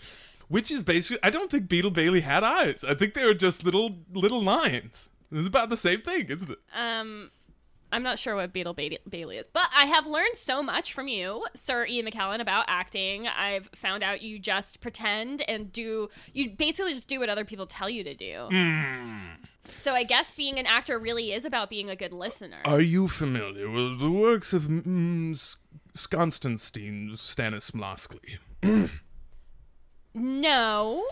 Speaker 1: which is basically I don't think Beetle Bailey had eyes. I think they were just little little lines. It's about the same thing, isn't it?
Speaker 2: Um, I'm not sure what Beetle Bailey, Bailey is, but I have learned so much from you, Sir Ian McKellen, about acting. I've found out you just pretend and do, you basically just do what other people tell you to do. So I guess being an actor really is about being a good listener.
Speaker 1: Are you familiar with the works of mm, S- Konstantin Stanislavski?
Speaker 2: no.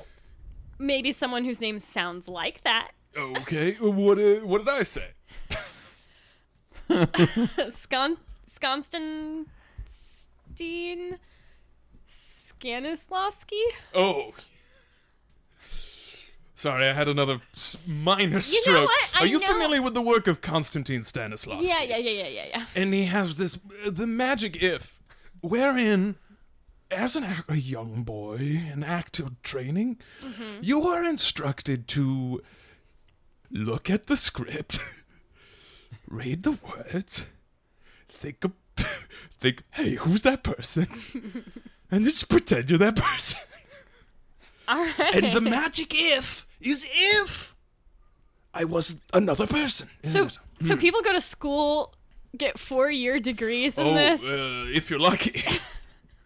Speaker 2: Maybe someone whose name sounds like that.
Speaker 1: Okay, what uh, what did I say?
Speaker 2: Skon- Skonstantin? Stanislavski?
Speaker 1: Oh. Sorry, I had another s- minor stroke.
Speaker 2: what? I
Speaker 1: Are you
Speaker 2: know-
Speaker 1: familiar with the work of Konstantin Stanislavski?
Speaker 2: Yeah, yeah, yeah, yeah, yeah, yeah.
Speaker 1: and he has this uh, the magic if wherein as an, ac- a young boy in active training you are instructed to look at the script read the words think of, think hey who's that person and just pretend you're that person
Speaker 2: All right.
Speaker 1: and the magic if is if i was another person
Speaker 2: So, so
Speaker 1: Hmm.
Speaker 2: people go to school, get four year degrees in
Speaker 1: oh,
Speaker 2: this.
Speaker 1: Uh, if you're lucky.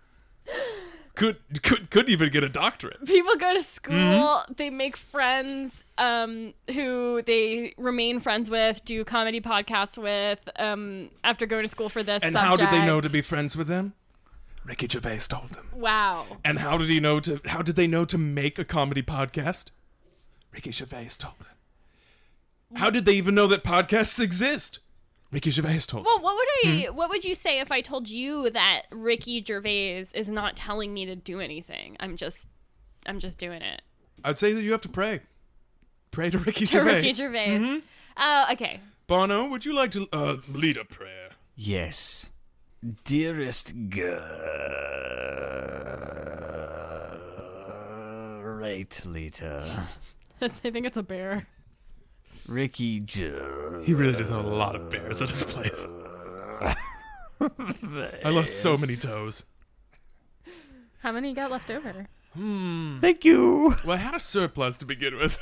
Speaker 1: could could could even get a doctorate.
Speaker 2: people go to school,
Speaker 1: Mm-hmm.
Speaker 2: they make friends um, who they remain friends with, do comedy podcasts with um, after going to school for this.
Speaker 1: And how did they know to
Speaker 2: subject.
Speaker 1: be friends with them? Ricky Gervais told them.
Speaker 2: Wow.
Speaker 1: And how did he know to how did they know to make a comedy podcast? Ricky Gervais told them. How did they even know that podcasts exist? Ricky Gervais told them.
Speaker 2: Well, what would I?
Speaker 1: Hmm?
Speaker 2: What would you say if I told you that Ricky Gervais is not telling me to do anything? I'm just, I'm just doing it.
Speaker 1: I'd say that you have to pray. Pray to Ricky
Speaker 2: To
Speaker 1: Gervais. Mm-hmm.
Speaker 2: Ricky Gervais. Oh, okay.
Speaker 1: Bono, would you like to uh, lead a prayer?
Speaker 3: Yes. Dearest great leader,
Speaker 2: I think it's a bear.
Speaker 3: Ricky Gervais.
Speaker 1: He really does have a lot of bears at his place. I lost so many toes.
Speaker 2: How many got left over?
Speaker 3: Thank you.
Speaker 1: Well, I had a surplus to begin with.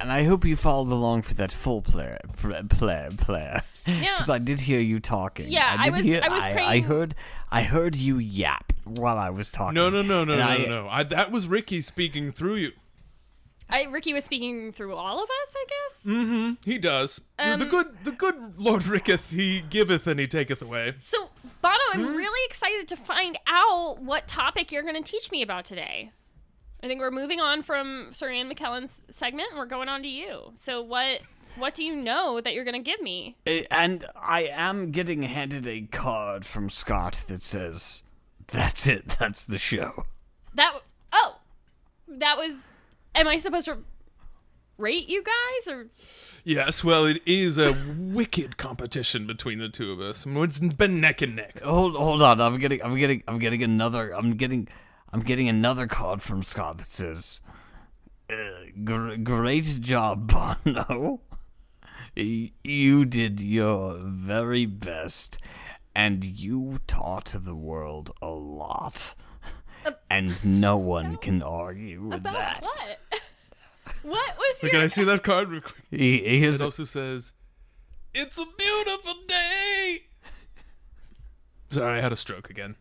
Speaker 3: And I hope you followed along for that full player, pl- player, player.
Speaker 2: Yeah.
Speaker 3: Because I did hear you talking.
Speaker 2: Yeah, I
Speaker 3: I did
Speaker 2: was-
Speaker 3: hear.
Speaker 2: I was
Speaker 3: I
Speaker 2: praying-
Speaker 3: heard. I heard you yap while I was talking.
Speaker 1: No, no, no, no,
Speaker 3: And
Speaker 1: no,
Speaker 3: I-
Speaker 1: no, no. I, that was Ricky speaking through you.
Speaker 2: I, Ricky was speaking through all of us, I guess.
Speaker 1: Mm. He does. the
Speaker 2: Um,
Speaker 1: good, the good Lord Ricketh, he giveth and he taketh away.
Speaker 2: So, Bono, I'm
Speaker 1: Mm.
Speaker 2: really excited to find out what topic you're going to teach me about today. I think we're moving on from Sir Ian McKellen's segment and we're going on to you. So, what What do you know that you're gonna give me?
Speaker 3: Eh, And I am getting handed a card from Scott that says, That's it, that's the show.
Speaker 2: That w- oh, that was. Am I supposed to rate you guys or?
Speaker 1: Yes, well, it is a wicked competition between the two of us. It's been neck and neck.
Speaker 3: Hold hold on, I'm getting I'm getting I'm getting another I'm getting I'm getting another card from Scott that says uh, gr- great job, Bono. Y- You did your very best and you taught the world a lot. And no one can argue with
Speaker 2: About
Speaker 3: that.
Speaker 2: what? what was
Speaker 1: So
Speaker 2: your?
Speaker 1: can I see that card real quick?
Speaker 3: He- he is-
Speaker 1: It also says, "It's a beautiful day." Sorry, I had a stroke again.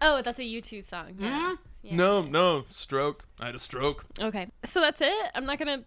Speaker 2: Oh, that's a U two song.
Speaker 1: Mm-hmm.
Speaker 2: yeah. Yeah.
Speaker 1: No, no, stroke. I had a stroke.
Speaker 2: Okay, so that's it. I'm not gonna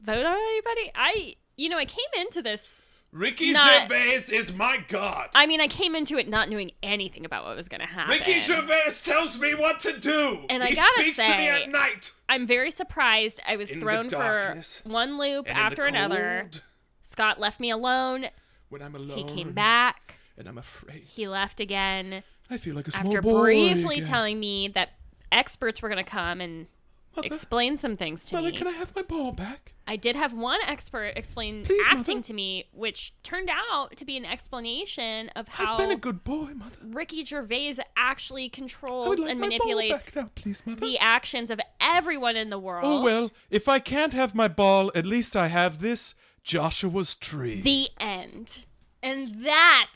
Speaker 2: vote on anybody. I, you know, I came into this.
Speaker 1: Ricky
Speaker 2: Not-
Speaker 1: Gervais is my god.
Speaker 2: I mean, I came into it not knowing anything about what was gonna happen.
Speaker 1: Ricky Gervais tells me what to do.
Speaker 2: And I
Speaker 1: he
Speaker 2: gotta
Speaker 1: speaks to me
Speaker 2: say-
Speaker 1: at night.
Speaker 2: I'm very surprised. I was
Speaker 1: In the
Speaker 2: thrown for
Speaker 1: darkness
Speaker 2: one loop
Speaker 1: and in the
Speaker 2: after another.
Speaker 1: cold,
Speaker 2: Scott left me alone.
Speaker 1: When I'm alone,
Speaker 2: He came back.
Speaker 1: and I'm afraid.
Speaker 2: He left again
Speaker 1: I feel like a small
Speaker 2: after
Speaker 1: boy
Speaker 2: briefly
Speaker 1: again.
Speaker 2: telling me that experts were going to come and
Speaker 1: Mother,
Speaker 2: explain some things to
Speaker 1: Mother,
Speaker 2: me.
Speaker 1: can I have my ball back?
Speaker 2: I did have one expert explain
Speaker 1: Please,
Speaker 2: acting
Speaker 1: Mother.
Speaker 2: to me, which turned out to be an explanation of
Speaker 1: I've been
Speaker 2: how
Speaker 1: a good boy, mother.
Speaker 2: Ricky Gervais actually
Speaker 1: I would
Speaker 2: controls
Speaker 1: like
Speaker 2: and
Speaker 1: my ball
Speaker 2: manipulates
Speaker 1: back now, please, mother.
Speaker 2: the actions of everyone in the world.
Speaker 1: Oh well, if I can't have my ball, at least I have this Joshua's tree.
Speaker 2: the end. And that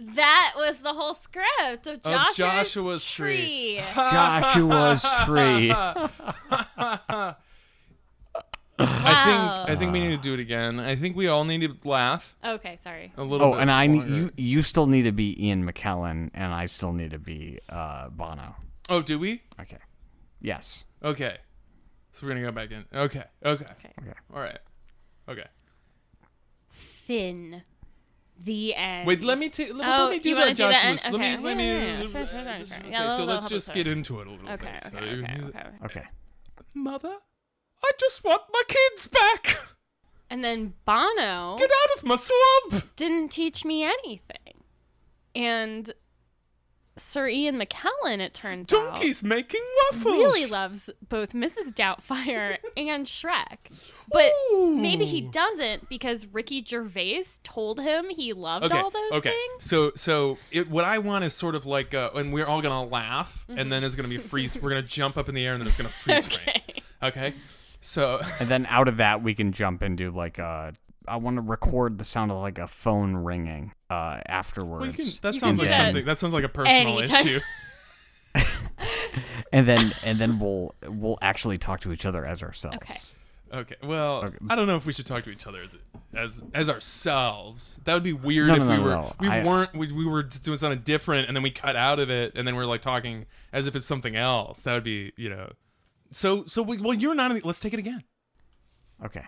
Speaker 2: that was the whole script of
Speaker 1: Of
Speaker 2: Joshua's,
Speaker 1: Joshua's tree.
Speaker 2: tree.
Speaker 3: Joshua's tree.
Speaker 1: I think I think we need to do it again. I think we all need to laugh
Speaker 2: okay, sorry.
Speaker 1: a little
Speaker 3: Oh,
Speaker 1: bit.
Speaker 3: and I
Speaker 1: longer.
Speaker 3: you you still need to be Ian McKellen, and I still need to be uh, Bono.
Speaker 1: Oh, do we?
Speaker 3: Okay. Yes.
Speaker 1: Okay. So we're gonna go back in. Okay. Okay.
Speaker 3: Okay.
Speaker 1: All right. Okay.
Speaker 2: Finn. The end.
Speaker 1: Wait, let me take. Let,
Speaker 2: Oh,
Speaker 1: let me do
Speaker 2: you
Speaker 1: that,
Speaker 2: wanna do that
Speaker 1: Joshua's.
Speaker 2: end?
Speaker 1: Let me.
Speaker 2: Okay.
Speaker 1: Let me.
Speaker 2: Yeah, yeah, yeah. Sure, sure, sure, sure.
Speaker 1: Okay,
Speaker 2: Yeah,
Speaker 1: so
Speaker 2: we'll-
Speaker 1: let's
Speaker 2: we'll
Speaker 1: just
Speaker 2: help
Speaker 1: get into it a little
Speaker 2: Okay,
Speaker 1: bit.
Speaker 2: okay,
Speaker 1: So you
Speaker 2: okay,
Speaker 1: can do that.
Speaker 2: okay.
Speaker 3: Okay.
Speaker 1: Mother, I just want my kids back.
Speaker 2: And then Bono
Speaker 1: Get out of my swamp.
Speaker 2: didn't teach me anything. And Sir Ian McKellen, it turns
Speaker 1: Donkey's making
Speaker 2: out,
Speaker 1: waffles.
Speaker 2: really loves both Mrs. Doubtfire and Shrek. But maybe he
Speaker 1: Ooh.
Speaker 2: doesn't because Ricky Gervais told him he loved all those
Speaker 1: okay.
Speaker 2: things.
Speaker 1: So, so it, what I want is sort of like, uh, and we're all gonna laugh,
Speaker 2: Mm-hmm.
Speaker 1: and then it's gonna be a freeze. we're gonna jump up in the air, and then it's gonna freeze frame.
Speaker 2: Okay.
Speaker 1: Okay. So,
Speaker 3: And then out of that, we can jump into like uh, I want to record the sound of like a phone ringing uh, afterwards.
Speaker 1: well, you can, that
Speaker 2: You can
Speaker 1: sounds
Speaker 2: do
Speaker 1: like
Speaker 2: that
Speaker 1: something. That sounds like a personal
Speaker 2: anytime.
Speaker 1: issue.
Speaker 3: and then and then we'll we'll actually talk to each other as ourselves.
Speaker 2: Okay.
Speaker 1: Okay. Well, I don't know if we should talk to each other as as as ourselves. That would be weird
Speaker 3: No,
Speaker 1: if
Speaker 3: no,
Speaker 1: we
Speaker 3: no,
Speaker 1: were
Speaker 3: no.
Speaker 1: we
Speaker 3: I-
Speaker 1: weren't we, we were just doing something different, and then we cut out of it, and then we're like talking as if it's something else. That would be you know. So so we, well you're not. In the, let's take it again.
Speaker 3: Okay.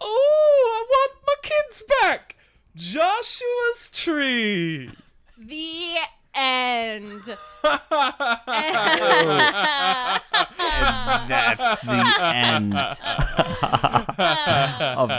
Speaker 1: Oh, I want my kids back. Joshua's tree.
Speaker 2: The end.
Speaker 3: That's the end of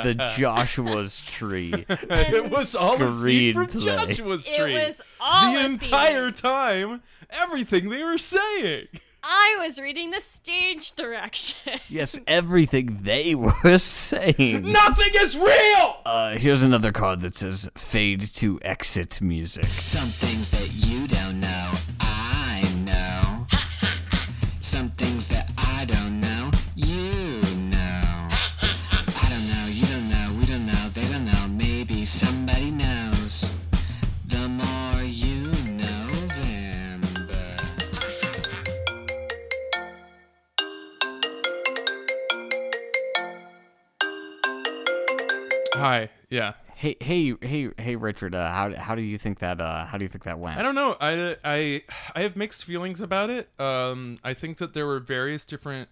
Speaker 3: the Joshua's tree.
Speaker 1: it was all a seed from
Speaker 3: Screenplay.
Speaker 1: Joshua's
Speaker 2: It
Speaker 1: tree.
Speaker 2: was all
Speaker 1: the
Speaker 2: a
Speaker 1: entire
Speaker 2: scene.
Speaker 1: time, everything they were saying.
Speaker 2: I was reading the stage direction.
Speaker 3: Yes, everything they were saying.
Speaker 1: Nothing is real.
Speaker 3: Uh, here's another card that says "Fade to exit music."
Speaker 4: Some things that you don't know, I know. Some things that I don't know, you know. I don't know, you don't know, we don't know, they don't know, maybe somebody knows. The more you know, the
Speaker 1: Hi. Yeah.
Speaker 3: Hey, hey, hey, hey, Richard. Uh, how how do you think that uh, how do you think that went?
Speaker 1: I don't know. I I I have mixed feelings about it. Um, I think that there were various different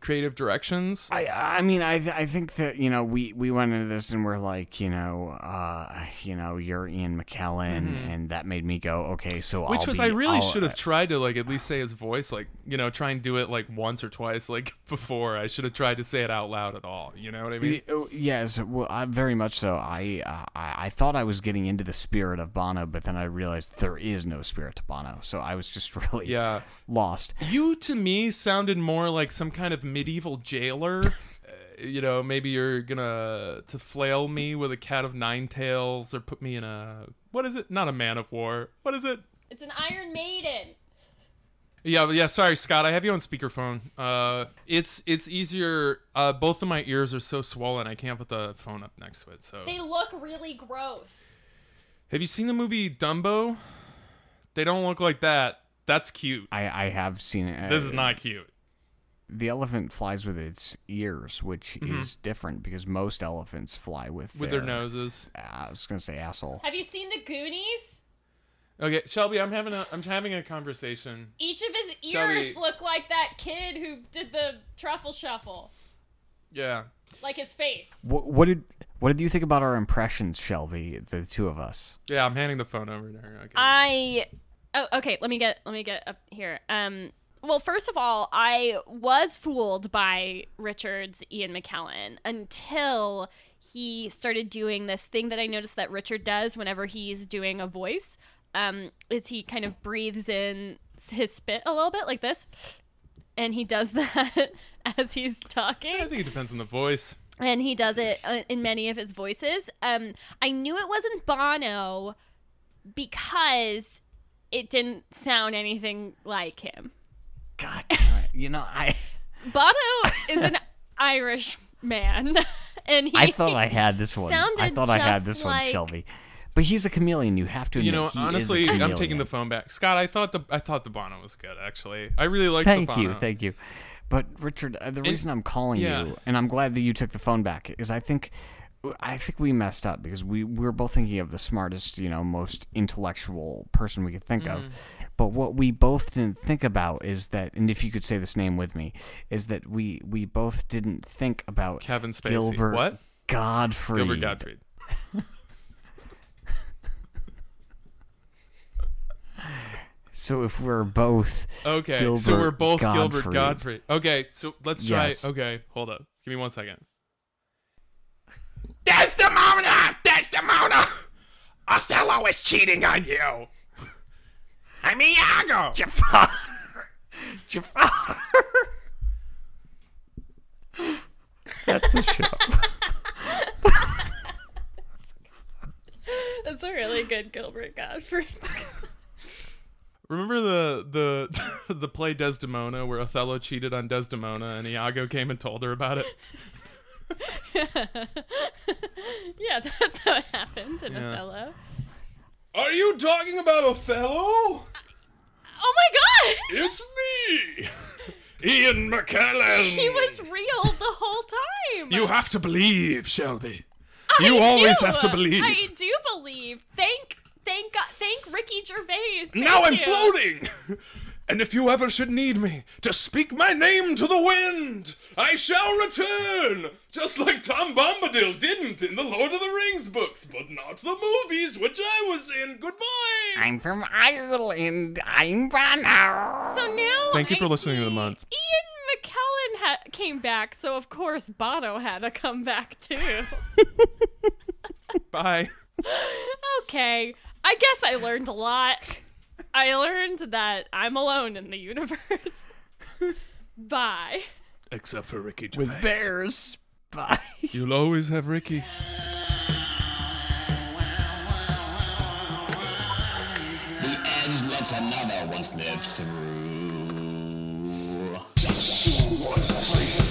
Speaker 1: creative directions.
Speaker 3: I I mean I th- I think that you know we we went into this and we're like you know uh you know you're Ian McKellen and that made me go okay so
Speaker 1: Which
Speaker 3: I'll
Speaker 1: was
Speaker 3: be-
Speaker 1: I really
Speaker 3: I'll- uh,
Speaker 1: should have tried to like at least say his voice like you know try and do it like once or twice like before I should have tried to say it out loud at all you know what I mean
Speaker 3: Y- oh, Yes, well, I, very much so. I, uh, I I thought I was getting into the spirit of Bono, but then I realized there is no spirit to Bono, so I was just really
Speaker 1: yeah
Speaker 3: lost.
Speaker 1: you to me sounded more like some kind of medieval jailer Uh, you know maybe you're gonna to flail me with a cat of nine tails or put me in a what is it not a man of war what is it
Speaker 2: It's an Iron Maiden.
Speaker 1: Yeah, but yeah. Sorry, Scott. I have you on speakerphone. Uh, it's it's easier. Uh, both of my ears are so swollen. I can't put the phone up next to it. So,
Speaker 2: They look really gross.
Speaker 1: have you seen the movie Dumbo? They don't look like that. That's cute.
Speaker 3: I, I have seen it. uh,
Speaker 1: This is not cute.
Speaker 3: the elephant flies with its ears, which is different because most elephants fly with
Speaker 1: Mm-hmm. With their noses.
Speaker 3: Uh, I was gonna say asshole.
Speaker 2: Have you seen the Goonies?
Speaker 1: Okay, Shelby. I'm having a I'm having a conversation.
Speaker 2: Each of his
Speaker 1: Shelby-
Speaker 2: ears look like that kid who did the truffle shuffle,
Speaker 1: Yeah.
Speaker 2: like his face.
Speaker 3: What, what did what did you think about our impressions, Shelby? The two of us.
Speaker 1: Yeah. I'm handing the phone over to her. Okay.
Speaker 2: I oh okay. Let me get let me get up here. Um. Well, first of all, I was fooled by Richard's Ian McKellen until he started doing this thing that I noticed that Richard does whenever he's doing a voice. Um, is he kind of breathes in s- his spit a little bit like this, and he does that as he's talking
Speaker 1: I think it depends on the voice.
Speaker 2: and he does it uh, in many of his voices. Um, I knew it wasn't Bono because it didn't sound anything like him.
Speaker 3: God, damn it. you know I
Speaker 2: Bono is an Irish man, and he.
Speaker 3: I thought I had this one. I
Speaker 2: Sounded
Speaker 3: thought I had
Speaker 2: just
Speaker 3: this one,
Speaker 2: like-
Speaker 3: Shelby. But he's a chameleon. You have to.
Speaker 1: You
Speaker 3: Admit,
Speaker 1: know,
Speaker 3: he is a
Speaker 1: honestly, I'm taking
Speaker 3: chameleon.
Speaker 1: the phone back. Scott, I thought the I thought the Bono was good actually. I really liked the
Speaker 3: Thank
Speaker 1: Bono.
Speaker 3: you, thank you. But Richard, uh, the reason I'm calling
Speaker 1: uh, yeah.
Speaker 3: you, and I'm glad that you took the phone back, is I think, I think we messed up because we, we were both thinking of the smartest, you know, most intellectual person we could think of.
Speaker 1: Mm-hmm.
Speaker 3: But what we both didn't think about is that, and if you could say this name with me, is that we we both didn't think about
Speaker 1: Kevin Spacey.
Speaker 3: Gilbert
Speaker 1: What?
Speaker 3: Godfrey.
Speaker 1: Gilbert Gottfried.
Speaker 3: So if we're both
Speaker 1: Okay, so
Speaker 3: Gilbert
Speaker 1: we're both Gilbert
Speaker 3: Gottfried.
Speaker 1: Godfrey. Okay, so let's try.
Speaker 3: Yes.
Speaker 1: Okay, hold up. Give me one second.
Speaker 5: That's the Mona! That's the Mona! Othello is cheating on you! I'm Iago!
Speaker 3: Jafar, Jafar. That's the show.
Speaker 2: That's a really good Gilbert Godfrey.
Speaker 1: Remember the the the play Desdemona where Othello cheated on Desdemona and Iago came and told her about it?
Speaker 2: yeah, that's how it happened in
Speaker 1: Yeah.
Speaker 2: Othello.
Speaker 1: Are you talking about Othello?
Speaker 2: Oh my god!
Speaker 1: It's me.
Speaker 5: Ian McKellen!
Speaker 2: He was real the whole time.
Speaker 1: You have to believe, Shelby.
Speaker 2: I
Speaker 1: you always
Speaker 2: do.
Speaker 1: have to believe.
Speaker 2: I do believe. Thank, thank God, thank Ricky Gervais. Thank
Speaker 1: now I'm
Speaker 2: you.
Speaker 1: floating. And if you ever should need me to speak my name to the wind, I shall return, just like Tom Bombadil didn't in the Lord of the Rings books, but not the movies which I was in. Goodbye.
Speaker 3: I'm from Ireland. I'm Bono.
Speaker 2: So now.
Speaker 1: Thank you for
Speaker 2: I
Speaker 1: listening to the
Speaker 2: see
Speaker 1: month.
Speaker 2: Ian McKellen ha- came back, so of course Bono had to come back too.
Speaker 1: Bye.
Speaker 2: okay, I guess I learned a lot. I learned that I'm alone in the universe. Bye.
Speaker 1: Except for Ricky Gervais.
Speaker 3: With bears. Bye.
Speaker 1: You'll always have Ricky.
Speaker 4: The edge lets another one slip through.
Speaker 5: She was free.